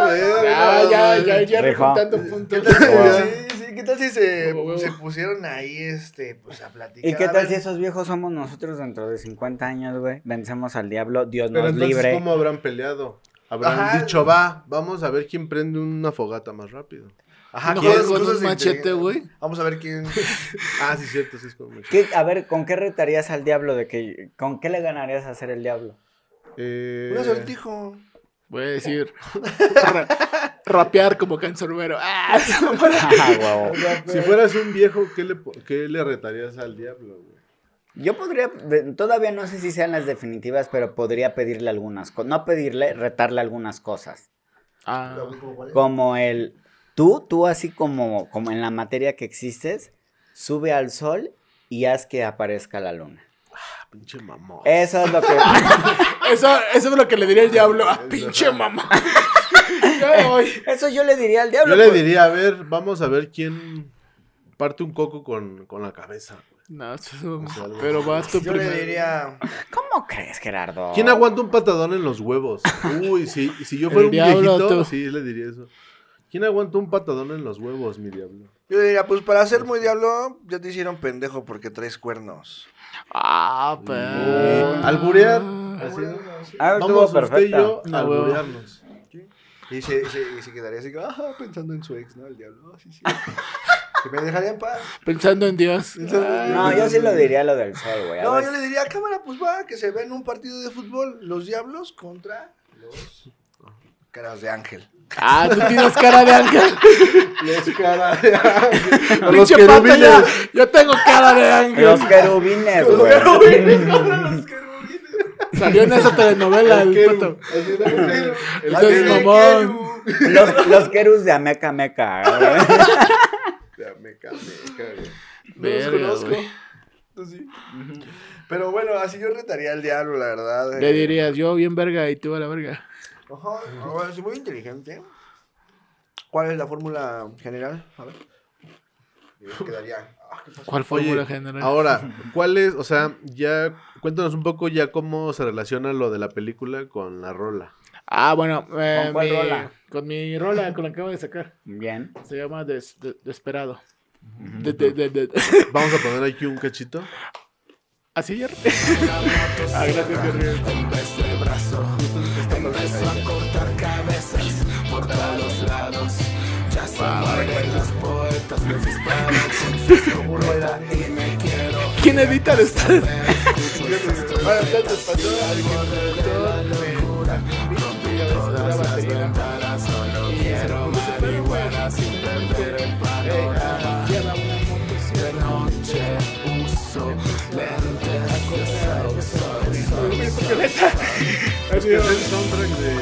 por Ya, ya, ya, ya Rifó. recontando puntos. Rifó. Sí, sí, ¿qué tal si se, Huevo, huevo. se pusieron ahí, este, pues a platicar? ¿Y qué A tal ver, si esos viejos somos nosotros dentro de 50 años, güey? Vencemos al diablo, Dios Pero nos entonces, libre. ¿cómo habrán peleado? Habrán Ajá. dicho, va, vamos a ver quién prende una fogata más rápido. Ajá, No ¿quién- juegas con cosas un de machete, inteligencia? güey. Vamos a ver quién. Ah, sí, cierto, sí es como mucho. ¿Qué- a ver, ¿con qué retarías al diablo de que con qué le ganarías a ser el diablo? Eh, Un acertijo. Voy a decir, ra- rapear como cancerbero. Ah, Ah, huevo. Si fueras un viejo, ¿qué le, po- qué le retarías al diablo, güey? Yo podría, de- todavía no sé si sean las definitivas, pero podría pedirle algunas cosas. No pedirle, retarle algunas cosas. ah, Como el, tú, tú así como, como en la materia que existes, sube al sol y haz que aparezca la luna. Ah, pinche mamón. Eh, Eso es lo que... eso, eso es lo que le diría el diablo. Ah, pinche mamá. Ya me voy. Eso yo le diría al diablo. Yo le pues. diría, a ver, vamos a ver quién parte un coco con, con la cabeza. güey. No, eso es mamá. O sea, algo- Pero vas tú Yo primero. le diría. ¿Cómo crees, Gerardo? ¿Quién aguanta un patadón en los huevos? Uy, si, si yo Ah. El fuera un diablo, viejito, tú. sí, le diría eso. ¿Quién aguanta un patadón en los huevos, mi diablo? Yo le diría, pues para ser muy diablo, ya te hicieron pendejo porque traes cuernos. Ah, Eh, pero. alburear. así, ¿no? Ah, estuvo Vamos usted y perfecto. yo a Ah, huevo. alburearnos. Y se, se- y se quedaría así, ah, pensando en su ex, ¿no? El diablo. ah, Sí, sí. que me dejaría en paz. Pensando en Dios. No, yo sí lo diría lo del sol, güey. a No, ver. yo le diría, cámara, pues va, que se ve en un partido de fútbol los diablos contra los caras de ángel. Ah, tú tienes cara de ángel. Los cara de ángel. Los Pinche pata ya. querubines. Yo tengo cara de ángel. Los querubines, güey. Salió en esa telenovela el Queru- pato. así era, güey. El Ese es queru- mamón. Los, los querus de Ameca ¿eh? Meca. güey. Ya, me cago, me cago. No los conozco. Entonces, sí. Pero bueno, así yo retaría al diablo, la verdad. Le eh. dirías, yo bien verga y tú a la verga. Ajá, ahora soy muy inteligente. ¿Cuál es la fórmula general? A ver. Yo quedaría. Ah, ¿qué pasó? ¿Cuál fue Oye, la general? ahora, ¿cuál es, o sea, ya, cuéntanos un poco ya cómo se relaciona lo de la película con la rola? Ah, bueno. eh, ¿Con cuál mi- rola? Con mi rola, con la que acabo de sacar. Bien. Se llama Des- De- Desperado. De- de- de- de- Vamos a poner aquí un cachito. ¿Así, Jerry? ah, gracias, Jerry. ¿Quién edita de estar? Bueno, entonces pasó algo la batería. Y se lo puse, pero bueno, simplemente, eh, ah, lleva una moto, sí, Así es.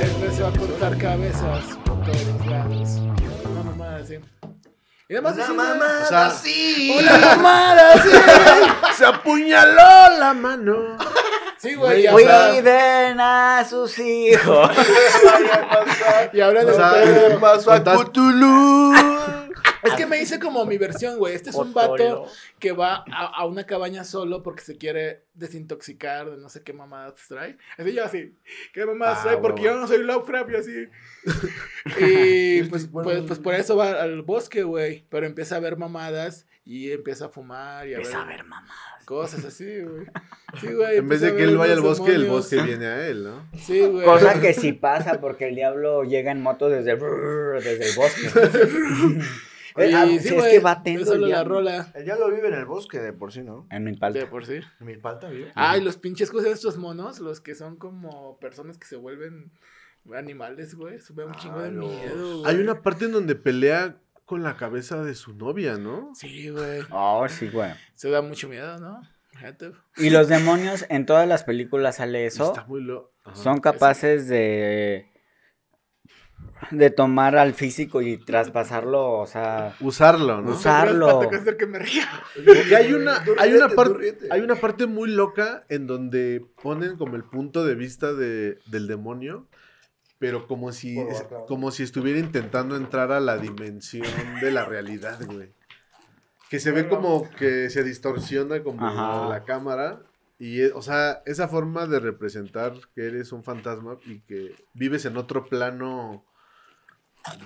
Empezó a cortar cabezas por todos lados. Una mamada así. Y además Una así, mamada O sea, así. güey. Una mamada así. Se apuñaló la mano. Sí, güey. y habla- Cuiden a sus hijos. Y habla de O sea, pedo. Pasó a Contás- Cthulhu. Es que me hice como mi versión, güey. Este es un vato que va a, a una cabaña solo porque se quiere desintoxicar de no sé qué mamadas trae. Así yo así, ¿qué mamadas Ah, trae? Porque huevo. yo no soy Lovecraft y así. Y pues, pues, pues por eso va al bosque, güey. Pero empieza a ver mamadas y empieza a fumar y a Empieza a ver ver, mamá. cosas así, güey. Sí, güey. En vez empieza a de que ver él vaya al unos bosque, el demonios. bosque viene a él, ¿no? Sí, güey. Cosa que sí pasa porque el diablo llega en moto desde, desde el bosque. Eh, Y Ah, sí, si es güey, que va tenso eso el lo la diablo. rola. El diablo vive en el bosque, de por sí, ¿no? En mi De palta. por sí. En mi palta vive. Ay, los pinches cosas de estos monos, los que son como personas que se vuelven animales, güey. Eso me da un Ah, chingo de los- miedo, güey. Hay una parte en donde pelea con la cabeza de su novia, ¿no? Sí, güey. Oh, sí, güey. Se da mucho miedo, ¿no? Fíjate. Y los demonios, en todas las películas sale eso. Está muy loco. Son capaces de de tomar al físico y traspasarlo, o sea, Usarlo, ¿no? Usar- Usarlo. Pero es para hacer que me ría. Porque hay una, Tú hay, una ríete, tú parte, ríete. hay una parte muy loca en donde ponen como el punto de vista de, del demonio, pero como si, Por Warcraft. como si estuviera intentando entrar a la dimensión de la realidad, güey. Que se ve como que se distorsiona como Ajá. la cámara. Y, eh, o sea, esa forma de representar que eres un fantasma y que vives en otro plano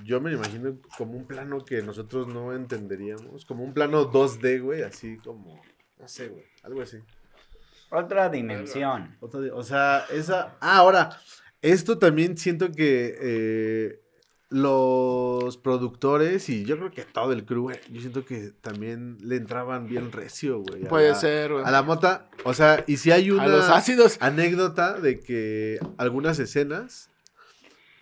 yo me lo imagino como un plano que nosotros no entenderíamos, como un plano 2D, güey, así como, no sé, güey, algo así. otra dimensión. Otra de- O sea, esa... Ah, ahora, esto también siento que eh, los productores y yo creo que todo el crew, güey, yo siento que también le entraban bien recio, güey. a Puede la- ser, güey. A la mota, o sea, y si hay una A los ácidos. anécdota de que algunas escenas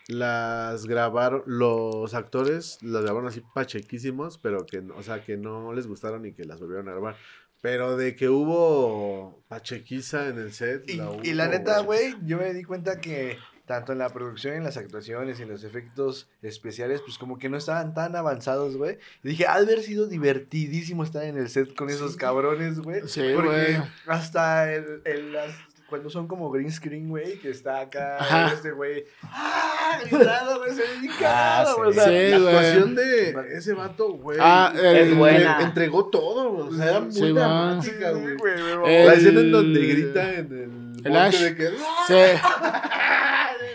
las grabaron los actores las grabaron así pachequísimos pero que no- o sea que no les gustaron y que las volvieron a grabar pero de que hubo pachequiza en el set Y, hubo, y la neta, güey, yo me di cuenta que tanto en la producción, en las actuaciones y en los efectos especiales, pues como que no estaban tan avanzados, güey. Y dije, ha de haber sido divertidísimo estar en el set con esos cabrones, güey. Sí, porque güey. hasta el, el- las- cuando son como green screen, güey, que está acá Ajá. este güey. ¡Ah! Gritado, güey, se ve Ah, ah, sí. güey. o sea, Sí, la güey. actuación de ese vato güey Ah, el- Es buena. le entregó todo güey, pues, o sea era muy Sí, va. dramática güey güey, me mamó. Eh, la El- escena en donde grita en el, El monte Ash. de que ¡Ah! Sí.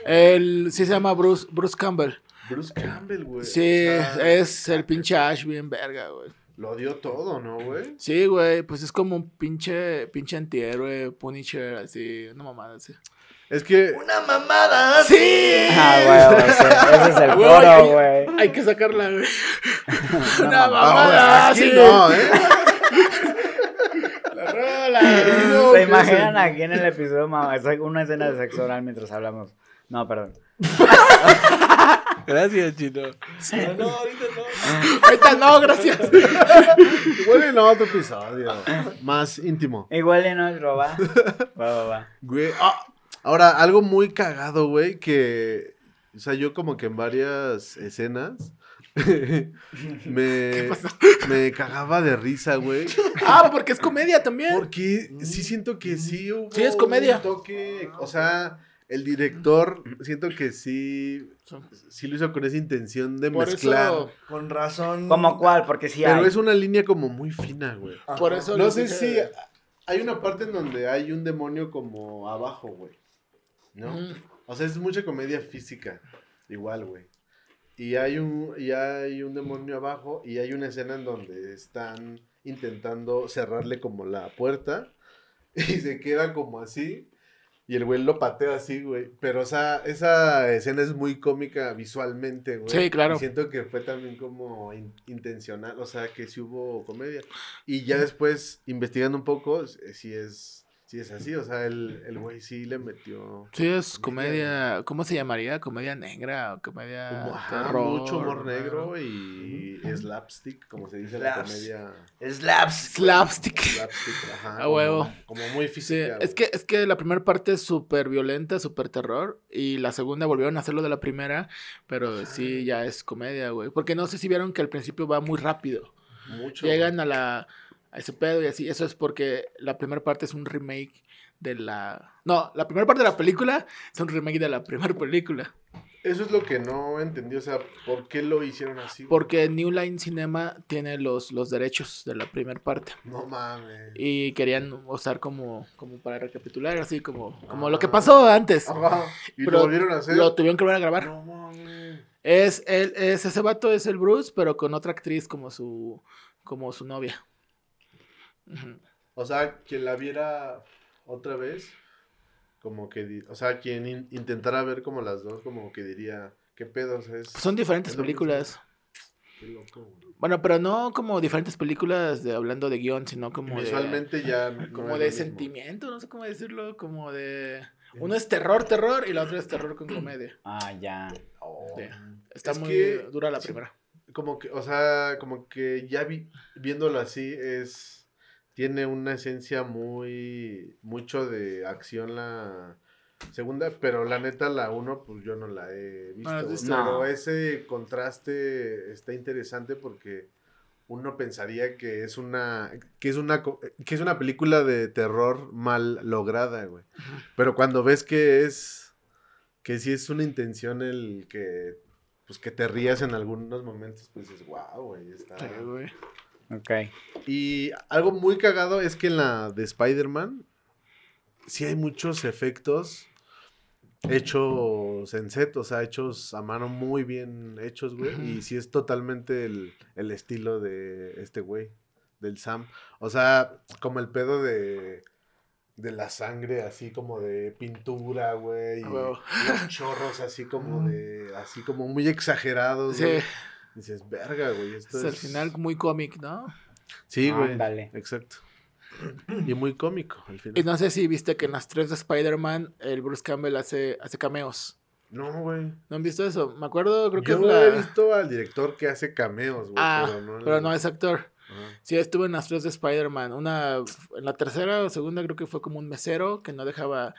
El, sí se llama Bruce, Bruce Campbell. Bruce Campbell güey Sí, o sea, es el pinche Ash bien verga, güey. lo dio todo no güey Sí, güey, pues es como un pinche, pinche antihéroe, Punisher, así, una mamada así. Es que Una mamada. Sí. Ah, güey, güey, ese, ese es el Güey, hay- coro, güey. Hay que sacarla, güey. una Ah, mamada güey, así. aquí no, ¿eh? La rola. ¿Se imaginan aquí en el episodio mamá, es una escena de sexo oral mientras hablamos? No, perdón. Gracias, Chino. No, ahorita no. Ahorita no, gracias. Igual ¿eh? en otro episodio. Más íntimo. Igual y no es roba. Va, va, va. Güey, ah, ahora, algo muy cagado, güey, que... O sea, yo como que en varias escenas me, me cagaba de risa, güey. Ah, porque es comedia también. Porque sí siento que sí hubo Sí, es comedia. un toque, o sea, el director siento que sí, sí lo hizo con esa intención de Por mezclar. eso, Con razón. ¿Cómo cuál? Porque sí hay. Pero es una línea como muy fina, güey. por eso No les sé dije- si hay una parte en donde hay un demonio como abajo, güey. ¿No? Ujú. O sea, es mucha comedia física. Igual, güey. Y hay un y hay un demonio abajo y hay una escena en donde están intentando cerrarle como la puerta y se queda como así y el güey lo patea así, güey. Pero o sea, esa escena es muy cómica visualmente, güey. Sí, claro. Y siento que fue también como in- intencional, o sea, que sí hubo comedia. Y ya después, investigando un poco, eh, sí es, sí es así. O sea, el, el güey sí le metió Sí, es comedia. ¿Cómo se llamaría? ¿Comedia negra o comedia. humo- ajá, terror, mucho humor ¿no? negro y slapstick, como se dice en la Slaps. comedia. Slaps. Slapstick. Slapstick, ajá. A huevo. Como, como muy Sí, física. güey. es que, es que la primera parte es súper violenta, súper terror. Y la segunda volvieron a hacerlo de la primera. Pero sí, ya es comedia, güey. Porque no sé si vieron que al principio va muy rápido. Mucho. Llegan a la. a ese pedo y así. Eso es porque la primera parte es un remake de la. No, la primera parte de la película es un remake de la primera película. Eso es lo que no entendí, o sea, ¿por qué lo hicieron así? güey? Porque New Line Cinema tiene los, los derechos de la primera parte. No mames. Y querían usar como, como para recapitular, así como, como lo que pasó antes. Ajá, Y Pero lo volvieron a hacer. Lo tuvieron que volver a grabar. No mames. Es, él, es ese vato es el Bruce, pero con otra actriz como su como su novia. Ujú. O sea, quien la viera otra vez, como que, di- o sea, quien in- intentara ver como las dos, como que diría, ¿qué pedo? O sea, es- Pues son diferentes es lo mismo. películas. Qué loco, güey. Bueno, pero no como diferentes películas de hablando de guión, sino como de- Visualmente ya. no como es lo de mismo. sentimiento, no sé cómo decirlo, como de uno es terror, terror y la otra es terror con comedia. Ah, ya. Oh. Sí. Está Es muy que- dura la sí. primera. Como que, o sea, como que ya vi- viéndolo así es. Tiene una esencia muy. Mucho de acción la. segunda, pero la neta, la uno, pues yo no la he visto. No la has güey. visto. No. Pero ese contraste está interesante porque uno pensaría que es una que es una co- que es una película de terror mal lograda, güey. Pero cuando ves que es que sí es una intención el que pues que te rías en algunos momentos, pues dices, "Wow, güey, está Sí, güey. Ok. y algo muy cagado es que en la de Spider-Man sí hay muchos efectos hechos en set, o sea, hechos a mano muy bien hechos, güey. Ajá. Y sí es totalmente el, el estilo de este güey, del Sam. O sea, como el pedo de, de la sangre, así como de pintura, güey. Y A huevo. los chorros así como de, así como muy exagerados, Sí, güey. Dices, verga, güey. Esto es al es- final muy cómic, ¿no? Sí, Ah, güey. Ándale. Exacto. Y muy cómico al Y final. no sé si viste que en las tres de Spider-Man el Bruce Campbell hace, hace cameos. No, güey. ¿No han visto eso? Me acuerdo, creo que Yo en la- he visto al director que hace cameos, güey. Ah, pero no, pero no es actor. Ajá. Sí, estuvo en las tres de Spider-Man. Una, en la tercera o segunda creo que fue como un mesero que no dejaba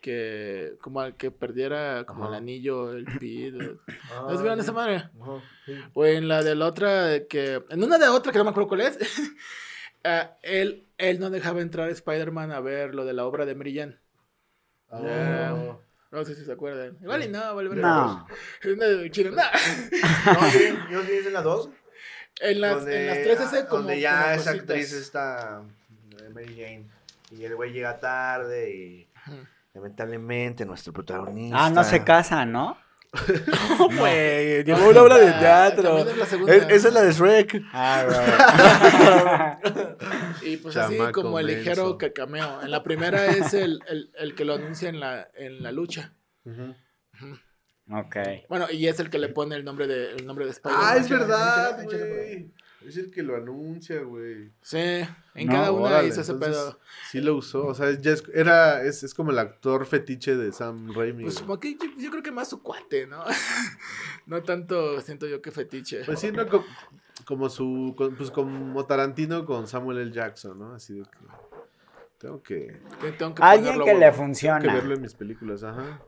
que, como al que perdiera como el Ajá. anillo, el pido. Ah, ¿No se vieron esa madre? Ajá, sí. O en la de la otra, de que. En una de otra, que no me acuerdo cuál es. ah, él, él no dejaba entrar a Spider-Man a ver lo de la obra de Mary Jane. Ah, Ya. no. No sé si se acuerdan. Igual y Mm. no, vale, vale. No. vale. Una de chino, no. No, sí, yo sí es en la 2. En las, en las tres hace como. Donde ya como esa cositas. actriz está eh, Mary Jane. Y el güey llega tarde y. Ajá. Lamentablemente, nuestro protagonista. Ah, no se casa, ¿no? Pues. Güey, llevó una obra de Ah, teatro. también es la segunda. Es- esa es la de Shrek. Ah, güey. Y pues así Chamaco como el ligero menso. cacameo. En la primera es el, el, el que lo anuncia en la, en la lucha. Ujú. ok. Bueno, y es el que le pone el nombre de, el nombre de Spider-Man. Ah, es Chécala, verdad, chécala, chécala. güey. Es el que lo anuncia, güey. Sí, en No, cada Ah, una Órale, hizo ese entonces, pedo. Sí lo usó. O sea, ya es, era, es, es como el actor fetiche de Sam Raimi. Pues güey. como que yo, yo creo que más su cuate, ¿no? no tanto siento yo que fetiche. Pues sí, no, Co- como su, con- pues como Tarantino con Samuel L. Jackson, ¿no? Así de que tengo que, Que tengo que Alguien ponerlo que a tengo huevo. le que verlo funciona. en mis películas, ajá.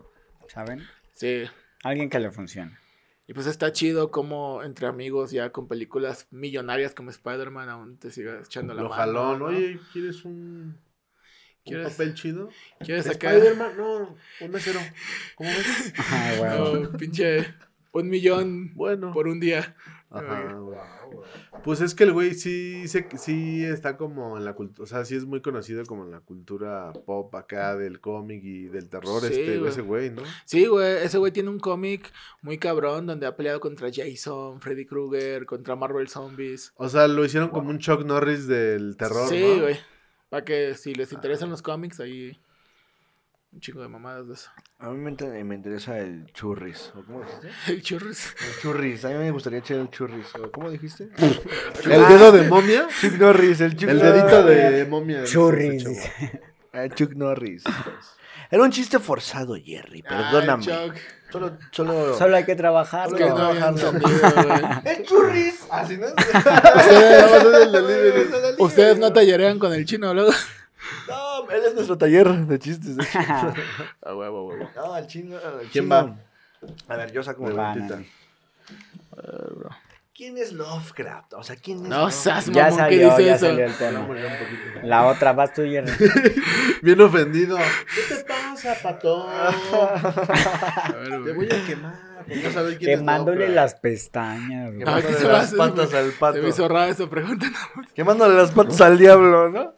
¿Saben? Sí. Alguien que le funciona. Y pues está chido como entre amigos ya con películas millonarias como Spider-Man aún te sigas echando la Lo mano. jalón, ¿no? oye, ¿quieres un, un ¿Quieres- papel chido? ¿Quieres sacar Spider-Man, no, un mesero. ¿Cómo ves? Ay, güey. no, pinche un millón Bueno. por un día? Ajá, güey. Pues es que el güey sí, se- sí está como en la cultura, o sea, sí es muy conocido como en la cultura pop acá del cómic y del terror, Sí, este, güey. ese güey, ¿no? Sí, güey, ese güey tiene un cómic muy cabrón donde ha peleado contra Jason, Freddy Krueger, contra Marvel Zombies. O sea, lo hicieron como un Chuck Norris del terror, Sí, ¿no? güey. Para que si Ah. les interesan los cómics, ahí. Un chingo de mamadas de eso. A mí me inter- me interesa el churris. ¿o ¿Cómo dijiste? El churros. El churris. A mí me gustaría echar el churris. ¿o ¿Cómo dijiste? El dedo de momia, Chuck Norris. El, Chuck el dedito Norris. de momia. Churris. Ese chavo. Ah, Chuck Norris. Era un chiste forzado, Jerry. Perdóname. pues. Chuck. solo, solo. Solo hay que trabajar. Es que no había entendido, güey. ¡El ¡Eh, churris! Así no es. Ustedes- el delivery. Ustedes no tallerean con el chino, luego. No, él es nuestro taller de chistes. de hecho. A Ah, huevo, huevo. No, el chino. el ¿Quién chino. va? A ver, yo saco mi Va, preguntita. Nani. ¿Quién es Lovecraft? O sea, ¿quién es No Lovecraft? seas Ya mamón que salió, dice ya eso. salió el tema. La otra, vas tú, Jerry. Bien ofendido. ¿Qué te pasa, patón? A ver, Te güey. voy a quemar. por No saber quién es Quemándole Lovecraft. las pestañas, No, güey. Quemándole Ah, ¿qué se va a las hacer, patas güey? al Se me hizo pato. rara esa pregunta. ¿no? Quemándole las patas al diablo, ¿no?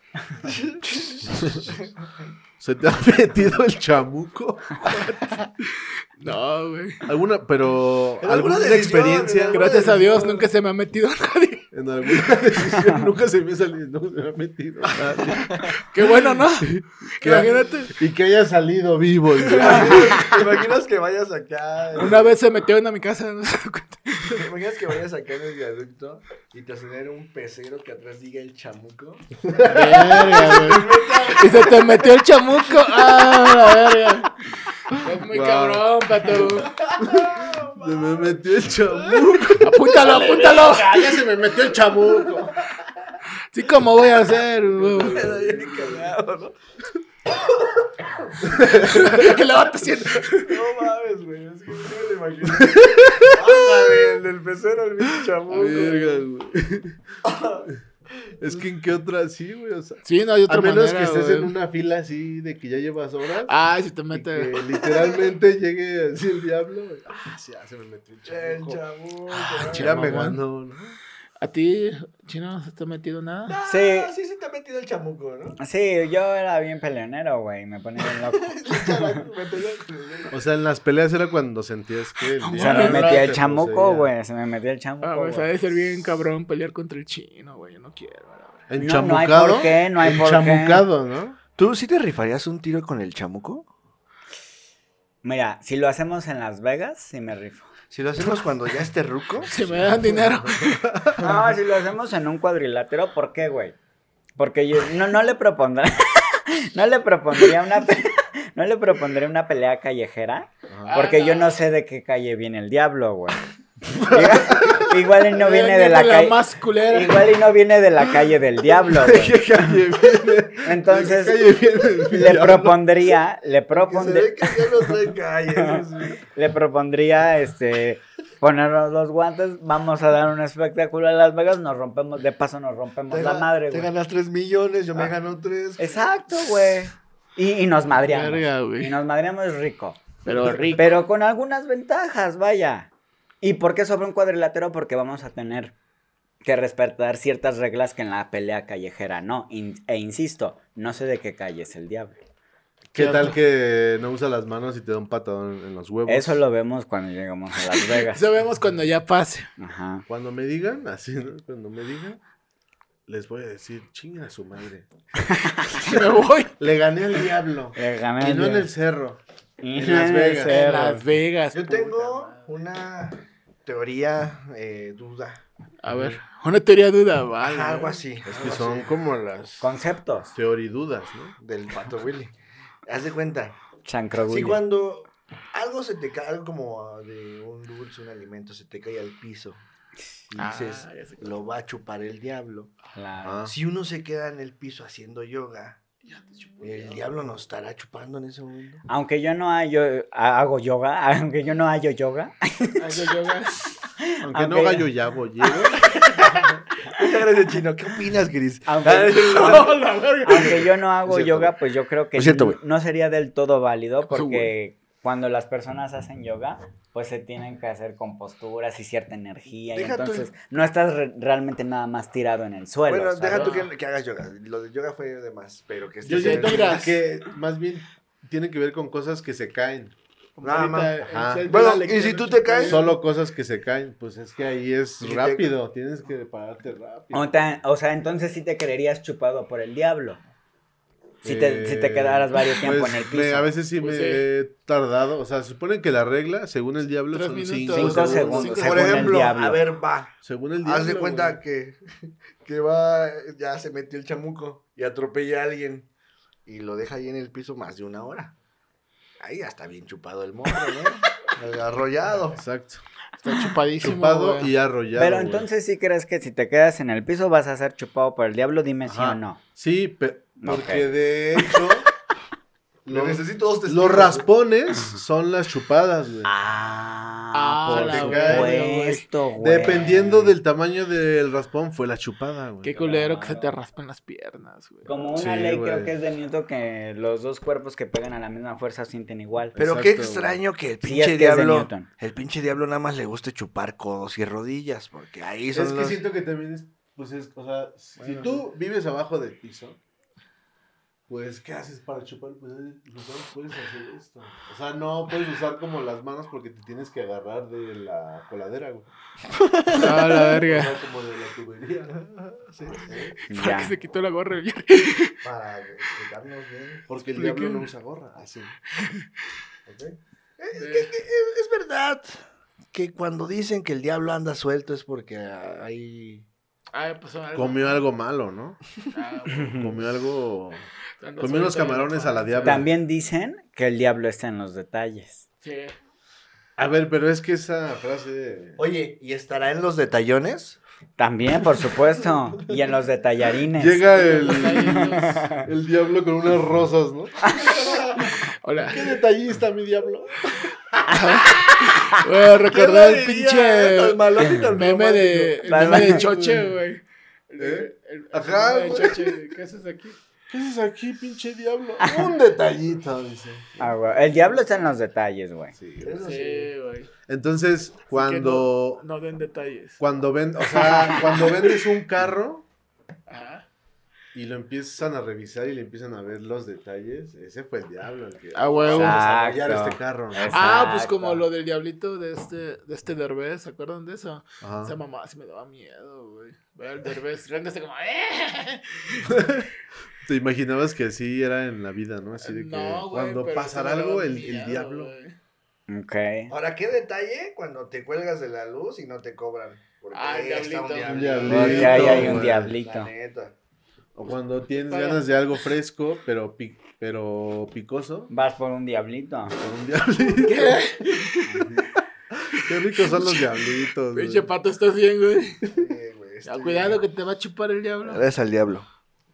¿Se te ha metido el chamuco? No, güey. ¿Alguna, pero En alguna alguna, decisión, experiencia? en alguna- Gracias a Dios nunca se me ha metido nadie. En alguna decisión nunca se me ha salido, no se me ha metido nadie. Qué bueno, ¿no? Imagínate. Y que haya salido vivo. dice. ¿Te imaginas que vayas acá? Una vez se metió en mi casa, no se dio cuenta. ¿Te imaginas que vayas acá en el viaducto y te acelera un pecero que atrás diga el chamuco? Verga, güey. Y se te metió el chamuco. ¡Ah, la verga! Es muy Wow. cabrón, pato. Se me metió el chamuco. Apúntalo, apúntalo. Ah, ya se me metió el chamuco. Sí, como voy a hacer, güey. Pero bien cagado, ¿no? El vato siente- No mames, güey. Es que no me lo imagino. Ándale, el del pecero, el bicho chamuco. Verga, güey. es que en qué otra sí, güey. O sea, Sí, no hay otra a menos manera, que estés güey. en una fila así de que ya llevas horas. Ay, si te y mete. que literalmente llegue así el diablo. güey. Ah, sí, ya se me metió el El chamuco. chamuco. Ah, Mira, me chamamón. ganó, ¿no? ¿A ti, chino, se te ha metido nada? Ah, Sí. sí se te ha metido el chamuco, ¿no? Sí, yo era bien peleonero, güey. Me ponía bien loco. O sea, en las peleas era cuando sentías que. El Se me diablo metía el te chamuco, poseía. güey. Se me metía el Ah, chamuco. güey, güey. sabe ser bien cabrón pelear contra el chino, güey. Yo no quiero, a la verga. No, no hay Enchamucado. por qué, no hay por qué. Enchamucado, ¿no? ¿Tú sí te rifarías un tiro con el chamuco? Mira, si lo hacemos en Las Vegas, sí me rifo. Si lo hacemos cuando ya esté ruco. Si me dan dinero. No, si lo hacemos en un cuadrilátero, ¿por qué, güey? Porque yo no, no le propondría. no le propondría una pe- No le propondría una pelea callejera. Porque yo Ah, no sé de qué calle viene el diablo, güey. Igual- Igual y no viene de la calle. más culera. Igual y no viene de la calle del diablo, güey. ¿Qué calle viene? Entonces, ¿Qué calle viene el le diablo? propondría, le Que se ve propondría, que ya no trae calles. güey. le propondría, este, ponernos los guantes, vamos a dar un espectáculo a Las Vegas, nos rompemos, de paso nos rompemos Te la ga- madre, Te güey. ganas 3 millones, yo me gano 3. Exacto, güey. Y, y nos madreamos. Verga, güey. y nos madreamos rico. Pero rico. Pero con algunas ventajas, vaya. ¿Y por qué sobre un cuadrilátero? Porque vamos a tener que respetar ciertas reglas que en la pelea callejera no. In- e insisto, no sé de qué calle es el diablo. ¿Qué tal que no usa las manos y te da un patadón en los huevos? Eso lo vemos cuando llegamos a Las Vegas. Eso vemos cuando ya pase. Ajá. Cuando me digan, así, ¿no? Cuando me digan, les voy a decir, chinga a su madre. Me voy. Le gané al diablo. Le gané Y el no en día. el cerro. Y en no Las en el Vegas. cerro. En Las Vegas. Yo puta tengo madre. una teoría eh, duda. A ver, una teoría duda, vale. Algo así. Ah, Es que algo son así, como las Conceptos. teoridudas, ¿no? Del pato Willy. Haz de cuenta. Chancro Si Willy. cuando algo se te cae, algo como ah, de un dulce, un alimento, se te cae al piso. Y Ah, dices, ya sé cuál. lo va a chupar el diablo. Claro. Ah. Si uno se queda en el piso haciendo yoga, el diablo nos estará chupando en ese momento. Aunque yo no hallo- hago yoga, aunque yo no hallo yoga, Algo yoga. Aunque no Aunque- gallo ya bollero. Muchas gracias, Chino. ¿Qué opinas, Gris? aunque, No, la verga. aunque yo no hago cierto, yoga, güey. pues yo creo que Es cierto, no- güey. no sería del todo válido pasó, porque cuando las personas hacen yoga, pues se tienen que hacer con posturas y cierta energía Deja y tú- entonces no estás re- realmente nada más tirado en el suelo. Bueno, deja ¿sabes? tú que, que hagas yoga. Lo de yoga fue de más, pero que Yo estés en siento el- tiras. Este, que más bien tiene que ver con cosas que se caen. Nada más. Ajá. Bueno, y si tú te caes, Solo cosas que se caen. Pues es que ahí es Y te- rápido. Tienes que pararte rápido. O, ta- o sea, entonces sí te creerías chupado por el diablo. Si te, si te Eh, quedaras varios tiempo pues, en el piso. me- a veces sí Pues me sí. he tardado. O sea, se supone que la regla, según el diablo, Tres son minutos. cinco, Cinco segundos. segundos. Cinco- por según el ejemplo, diablo. a ver, va. Según el diablo. Haz de cuenta güey. que, que va, ya se metió el chamuco y atropella a alguien y lo deja ahí en el piso más de una hora. Ahí ya está bien chupado el morro, ¿no? El arrollado. Exacto. Está chupadísimo. Chupado güey. y arrollado. Pero güey. entonces sí crees que si te quedas en el piso vas a ser chupado por el diablo, dime sí Ajá. o no. Sí, pe- Ok. porque de hecho. Le lo- necesito dos testigos. los raspones son las chupadas, güey. Ah, Ah, por la supuesto, güey. Dependiendo del tamaño del raspón, fue la chupada, güey. Qué culero que se te raspen las piernas, güey. Como Sí, una ley creo güey. que es de Newton que los dos cuerpos que pegan a la misma fuerza sienten igual. Pero qué Exacto, extraño que el Sí, pinche es que es de diablo. Newton. el pinche diablo nada más le guste chupar codos y rodillas, porque ahí Es son que los- siento que también es. Pues es, o sea, si tú vives abajo del piso, pues, ¿qué haces para chupar? Pues, eh, no puedes hacer esto. O sea, no puedes usar como las manos porque te tienes que agarrar de la coladera, güey. Ah, la O verga. sea, como de la tubería. Pues, ¿eh? Sí, ¿Para Ya. qué se quitó la gorra? güey? para explicarnos bien. Porque el Explica. diablo no usa gorra, así. ¿ok? Es, que- que- es verdad que cuando dicen que el diablo anda suelto es porque hay... Ah, pues algo. Comió algo malo, ¿no? Ah, güey. Comió algo. Ando Comió unos suelto. camarones a la diabla. También dicen que el diablo está en los detalles. Sí. A ver, pero es que esa frase. Oye, ¿y estará en los detallones? También, por supuesto. Y en los de tallarines. Llega el, el diablo con unas rosas, ¿no? Hola. Qué detallista, mi diablo. Güey, recordé ¿Quién el lo diría, eh? pinche Tan malote y tan meme de, el Tan meme de mal- Choche, güey. ¿Eh? El- el- Ajá, el meme güey. de Choche, güey. ¿Qué haces aquí? ¿Qué haces aquí, pinche diablo? Un detallito, dice. Ah, güey. El diablo está en los detalles, güey. Sí, güey. Eso sí. Sí, güey. Entonces, cuando, No den detalles. cuando, ven, o sea, cuando vendes un carro Ajá. y lo empiezan a revisar y le empiezan a ver los detalles, ese fue el diablo el que Ah, huevo. vamos a Exacto. desarrollar este carro. ¿no? Exacto. Ah, pues como lo del diablito de este, de este Derbez, ¿se acuerdan de eso? Ajá. Esa mamá sí me daba miedo, güey. Ve al Derbez, riéndose como... "Eh". Te imaginabas que así era en la vida, ¿no? Así de que No, güey. cuando pero pasara sí me daba algo, el, el miedo, diablo. güey. Ok. Ahora, ¿qué detalle cuando te cuelgas de la luz y no te cobran? Porque Ah, el ahí está un diablito. diablito. Porque ahí hay un güey. diablito. La neta. O cuando tienes Para. ganas de algo fresco, pero, pic- pero picoso. Vas por un diablito. con un diablito. ¿Qué? ricos son los diablitos. güey. Pinche pato, ¿estás bien, güey? Sí, güey, este- Ah, Cuidado que te va a chupar el diablo. Gracias al diablo.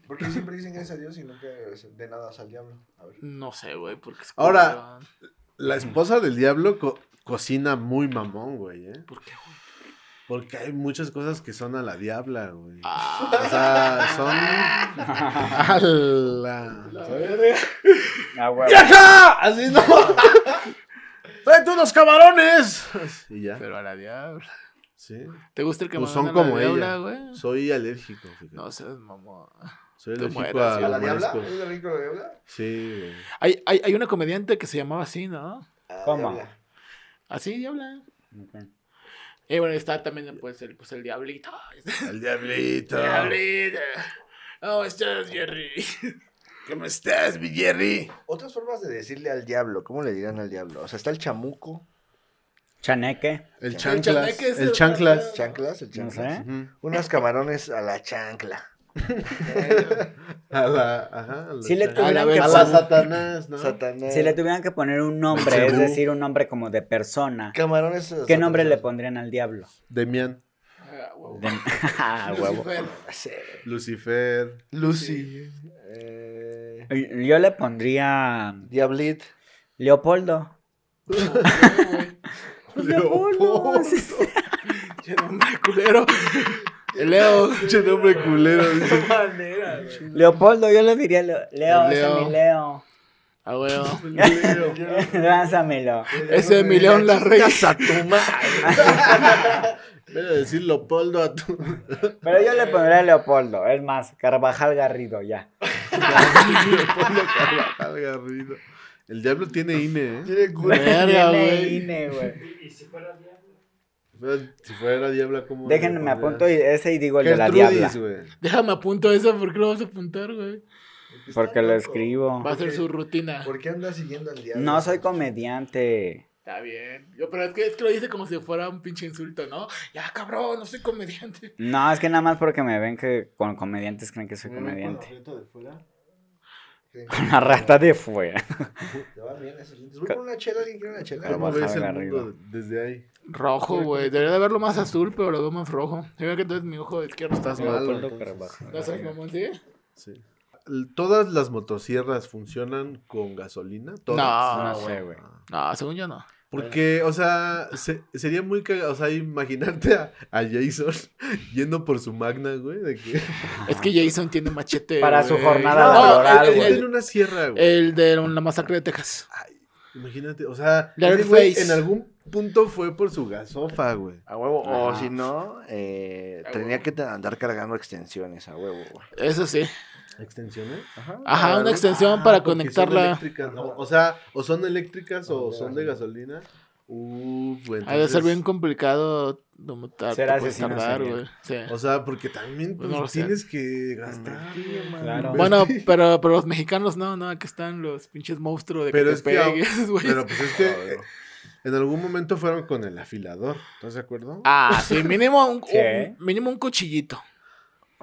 Porque siempre dicen gracias a Dios y nunca de nada al diablo. A ver. No sé, güey, porque es Ahora- cabrón. La esposa del diablo co- cocina muy mamón, güey, ¿eh? ¿Por qué, güey? Porque hay muchas cosas que son a la diabla, güey. Ah, O sea, son. ¡Ala! ¿sabes? Ah, güey. ¡Vieja! Así no. ¡Tráete unos camarones! Y ya. pero a la diabla. Sí. ¿Te gusta el que Pues pues son como ella. güey? Soy alérgico. fíjate. No seas mamón. Soy te alérgico mueras, a, ¿A la los diabla? mariscos. ¿Es de rico la diabla? Sí, güey. Hay, hay, hay una comediante que se llamaba así, ¿no? Ah, ¿Cómo? diabla. Así, diabla. Ok. Y bueno, está también pues el, pues, el diablito. El diablito. diablito. ¿Cómo estás, Jerry? ¿Cómo estás, mi Jerry? Otras formas de decirle al diablo. ¿Cómo le dirán al diablo? O sea, está el chamuco. Chaneque. El chaneque chanclas. es El el- chanclas. ¿Chanclas? El No chanclas. sé. Ujú. Unos camarones a la chancla. A la. Ajá. a la Si le, chan- A tuvieran la que a verga. la poner- Satanás, ¿no? Satanás. si le tuvieran que poner un nombre, es Belcebú. decir, un nombre como de persona, Camarones. ¿qué nombre le pondrían al diablo? Demian. Ah, huevo. Ah, huevo. Lucifer. Lucifer. Lucy. Eh, Yo le pondría Diablit. Leopoldo. Leopoldo. Che, nombre culero. El E- Leo. Pinche nombre culero. dice. Leopoldo, yo le diría Leo, Leo, ese es mi Leo. Ah, huevo. Lánzamelo. Ese es mi León la Rey. Voy a decir Leopoldo a tu. Pero yo le pondría Leopoldo, es más, Carvajal Garrido ya. Leopoldo Carvajal Garrido. El diablo tiene INE, ¿eh? Tiene culo. Verga, Tiene güey. INE, güey. Si fuera diabla, ¿cómo? le Déjenme pondrías? apunto y- ese y digo el de la Gertrudis, diabla. güey. Déjame apunto eso porque lo vas a apuntar, güey. Porque lo escribo. Va a ser su rutina. ¿Por qué andas siguiendo al diablo? No soy comediante. Está bien. Yo, pero es que, es que lo dice como si fuera un pinche insulto, ¿no? Ya, cabrón, no soy comediante. No, es que nada más porque me ven que con comediantes creen que soy comediante. Con la rata de fuera. Te va bien eso. ¿Les voy por una chela? ¿Alguien quiere una chela? ¿Cómo Carvajal ves el Garrido. mundo desde ahí? Rojo, güey. Debería de verlo más azul, pero lo veo más rojo. Se ve que entonces mi ojo izquierdo está Estás malo. Leopoldo entonces. Carvajal. ¿No soy mamón, sí? Sí. L- ¿Todas las motosierras funcionan con gasolina? No. ¿Todas? No Ah, sé, güey. No, según yo no. Porque, o sea, se- sería muy cagado. O sea, imaginarte a, a Jason yendo por su magna, güey. De que... Es que Jason tiene machete. Para su güey. jornada No, laboral, el- él el- tiene una sierra, güey. El de la masacre de Texas. Imagínate, o sea, Leatherface. ese güey en algún punto fue por su gasofa, güey. A huevo. Ajá. O si no, eh, A tenía huevo. que te- andar cargando extensiones. A huevo, güey. Eso sí. ¿Extensiones? Ajá, Ah, Ajá, una extensión para porque son conectarla. eléctricas, ¿no? O sea, o son eléctricas o son de gasolina. Uf, güey. Ha de ser entonces- bien complicado. No, tar- Ser te puedes asesino tardar, serial. güey. Sí. O sea, porque también pues, eh. no lo sé. tienes que gastar. Claro. Bueno, pero, pero los mexicanos no, no, aquí están los pinches monstruos de Pero es que Catepec, a- esos güeyes. Pero pues es que eh, en algún momento fueron con el afilador. ¿Estás de acuerdo? Ah, sí, mínimo un, Sí. un- mínimo un cuchillito.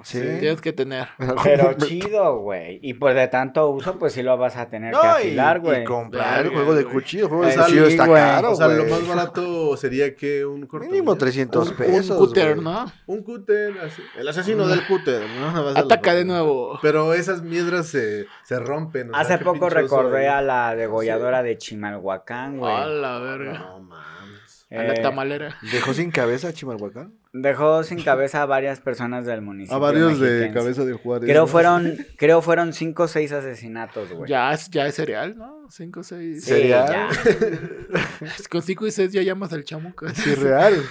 Sí. Tienes que tener. Pero chido, güey. Y por de tanto uso, pues sí lo vas a tener que No, y, afilar, y güey. comprar el Verga, juego de güey. cuchillo. El juego de Eh, cuchillo sí, está güey. caro, o sea, lo güey. más barato mínimo sería que un corto. Mínimo 300 pesos. Un cúter, güey. ¿no? Un cúter, así. El asesino del cúter. ¿no? Vas a la- Ataca de nuevo. Pero esas miedras se, se rompen. o sea, Hace qué poco pinchoso, ¿eh? recordé güey. a la degolladora de Chimalhuacán, güey. A la verga. No mames. A la Eh, tamalera. ¿Dejó sin cabeza a Chimalhuacán? dejó sin cabeza a varias personas del municipio. A varios de mexiquense. cabeza de Juárez. Creo ¿no? fueron, creo fueron cinco o seis asesinatos, güey. Ya es, ya es cereal, ¿no? 5, 6. Sí, ya. Con 5 y 6 ya llamas al chamuco. Sí, real.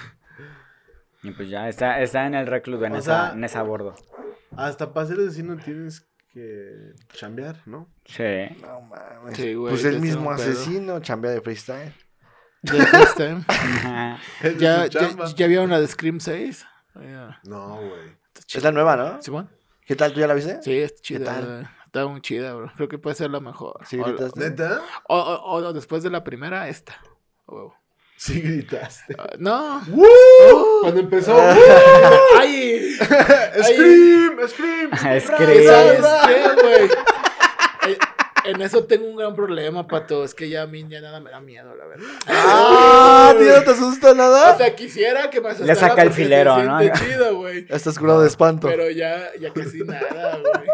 Y pues ya, está, está en el recluso, en, O esa, sea- en esa bordo. Hasta para ser asesino tienes que chambear, ¿no? Sí. No mames. Sí, güey, pues ya el está mismo un pedo. asesino, chambea de freestyle. Ya, este, Ajá. Esa es ya, su chamba. ya, ya vieron la de Scream 6. Ya. No, güey. Es la nueva, ¿no? ¿Simón? ¿Qué tal? ¿Tú ya la viste? Sí, es tal? chida. güey. Está muy chida, bro. Creo que puede ser la mejor. Sí, O- Pues, gritaste. ¿Neta? O, o- o después de la primera, esta. A huevo. Sí gritaste. Ah, no. Cuando empezó. ¡Uh! ¡Ay! ¡Scream! ¡Scream! Es ¿Qué sabes que... qué, güey? Eh, En eso tengo un gran problema, pato. Es que ya a mí ya nada me da miedo, la verdad. ¡Ah! ¿Tío, no te asusta nada? O sea, quisiera que me asustara saca el porque se filero, ¿no? siente chido, güey. Estás curado de espanto. Pero ya, ya casi nada, güey.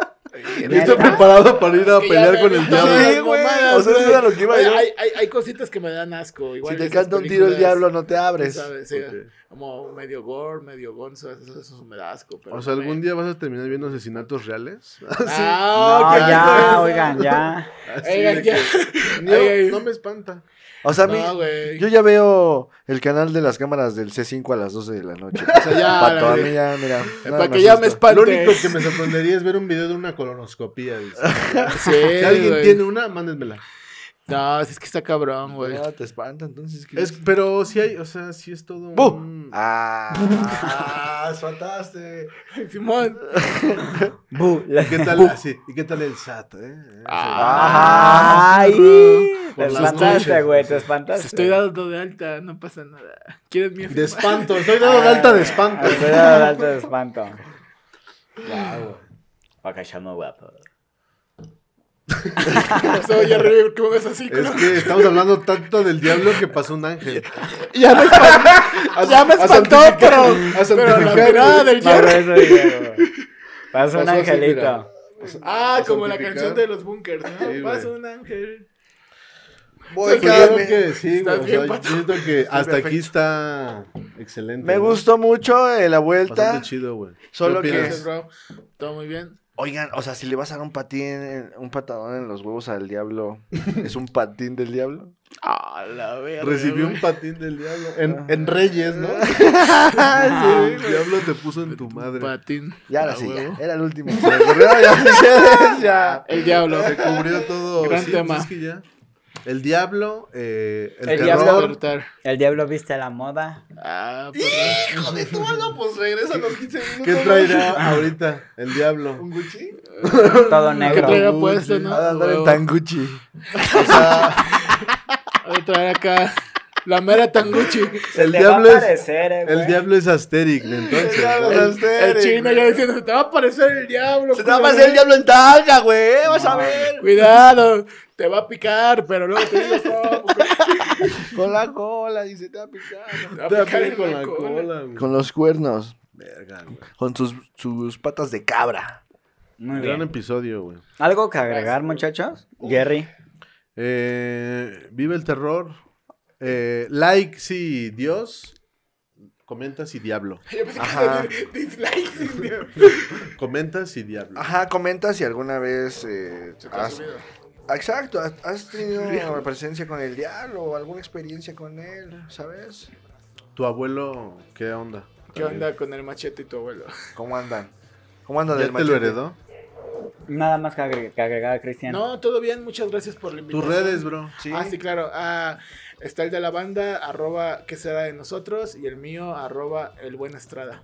Yo estoy preparado para ir a pelear con el diablo. Sí, güey. O sea, eso era lo que iba yo. a Hay, hay, hay cositas que me dan asco. Igual si te esas canta un tiro el películas, diablo, no te abres. ¿sabes? Sí, Ok. Como medio gore, medio gonzo, eso, eso me da asco. Pero O sea, algún me- día vas a terminar viendo asesinatos reales. Ah, No, qué ya, asco oigan, ya. Así Oigan, de ya. que, No, Ay, ay. no me espanta. O sea, a mí, No, güey. yo ya veo el canal de las cámaras del C5 a las 12 de la noche. O sea, ya, Pato, la a verdad. mí ya, mira. nada Para que ya me asusta. espante. Lo único que me sorprendería es ver un video de una colonoscopía. dice. Sí, Si alguien güey. tiene una, mándenmela. No, es que está cabrón, güey. Ya, te espanta, entonces. ¿qué? Es, pero sí hay, o sea, sí es todo. ¡Bu! un- Ah, ah, espantaste. Simón. Bu. ¿Y qué tal, así, ¿Y qué tal el SAT? eh? Ah. Ay. Te Por las espantaste, noches. güey, te espantaste. Estoy dando de alta, no pasa nada. ¿Quieres mi De espanto, estoy dado de alta de espanto. Ah, Estoy dando alto de espanto. Acá llamo guapo. pasó? Ya arriba, ¿qué me ves así? Es que estamos hablando tanto del diablo que pasó un ángel. Ya me espantó, ya me espantó pero, a pero la santificar, mirada del Por hierro. eso dije, güey. Pasa un Pasó así, angelito. Ah, a como la santificar. canción de los bunkers, ¿no? Sí, Pasa güey. un ángel. Voy, Creo Carmen. que sí, güey. o Estás sea, bien, yo Pato. siento que hasta aquí está excelente. Me ¿no? gustó mucho eh, la vuelta. Bastante chido, güey. Solo ¿Qué que. opinas? Gracias, bro. Todo muy bien. Oigan, o sea, si le vas a dar un patín, un patadón en los huevos al diablo, ¿es un patín del diablo? Ah, la verga. Recibí güey. un patín del diablo. En, en Reyes, ¿no? el diablo te puso en tu madre. patín. Ya, ahora Ah, sí, huevo. ya. Era el último. Se me ocurrió, ya, si quieres, ya. El diablo. Se cubrió todo. Gran Sí, tema. pues es que ya. El diablo, eh, el, El terror. diablo. Despertar. El diablo viste la moda. Ah, Hijo de tu mano, pues regresa a los 15 minutos. ¿Qué traerá ahorita el diablo? ¿Un Gucci? Todo ¿Qué traerá negro. puesto, no? A andar en Huevo. Tanguchi. Voy a traer acá la mera tanguchi. Se El te diablo va a es- aparecer, eh, El güey. diablo es Asterix, entonces. diablo ¿no? es El, el chino ya diciendo, se te va a aparecer el diablo. Se te va a culo, pasar el güey. diablo en tanga, güey. Vas a ver. Cuidado, te va a picar, pero luego te digo cómo. Con la cola, dice, te va a picar. Te va a Te picar apega en con la pues, cola. cola, güey. Con los cuernos. Verga, güey. Con sus, sus patas de cabra. Muy Gran bien. episodio, güey. em- ¿Algo que agregar, muchachos? Jerry. Eh, vive el terror. Eh, like si Dios. Comenta si diablo. Yo pensé que Ajá. iba a decir dislike. güey. Comenta si diablo. Ajá, comenta si alguna vez eh, Se te ha has, subido. Exacto, ¿has- has tenido presencia con el diablo o alguna experiencia con él, ¿sabes? Tu abuelo, ¿qué onda? ¿Qué onda con el machete y tu abuelo? ¿Cómo andan? ¿Cómo andan ¿Ya del te lo machete? heredó? Nada más que agre- que agregar, Cristian. No, todo bien, muchas gracias por la Tus invitación. redes, bro. Sí. Ah, sí, claro. Ah, está el de la banda, arroba que será de nosotros, y el mío, arroba el buen Estrada.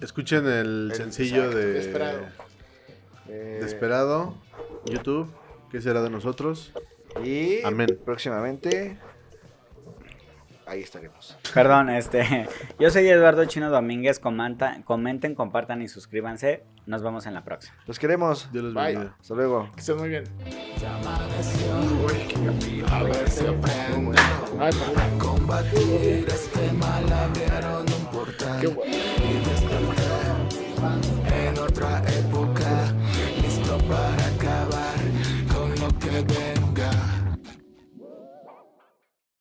Escuchen el, El- sencillo exacto, de Desperado. Eh, Desperado, YouTube. ¿Qué será de nosotros? y Amén. próximamente ahí estaremos. Perdón, este. Yo soy Eduardo Chino Domínguez. Comenta, comenten, compartan y suscríbanse. Nos vemos en la próxima. Los queremos. Dios los Bye. bendiga. Hasta luego. Que estén muy bien. A ver si aprendo. Ay, perdón. Combatir este mal abrieron un portal Qué bueno. en otra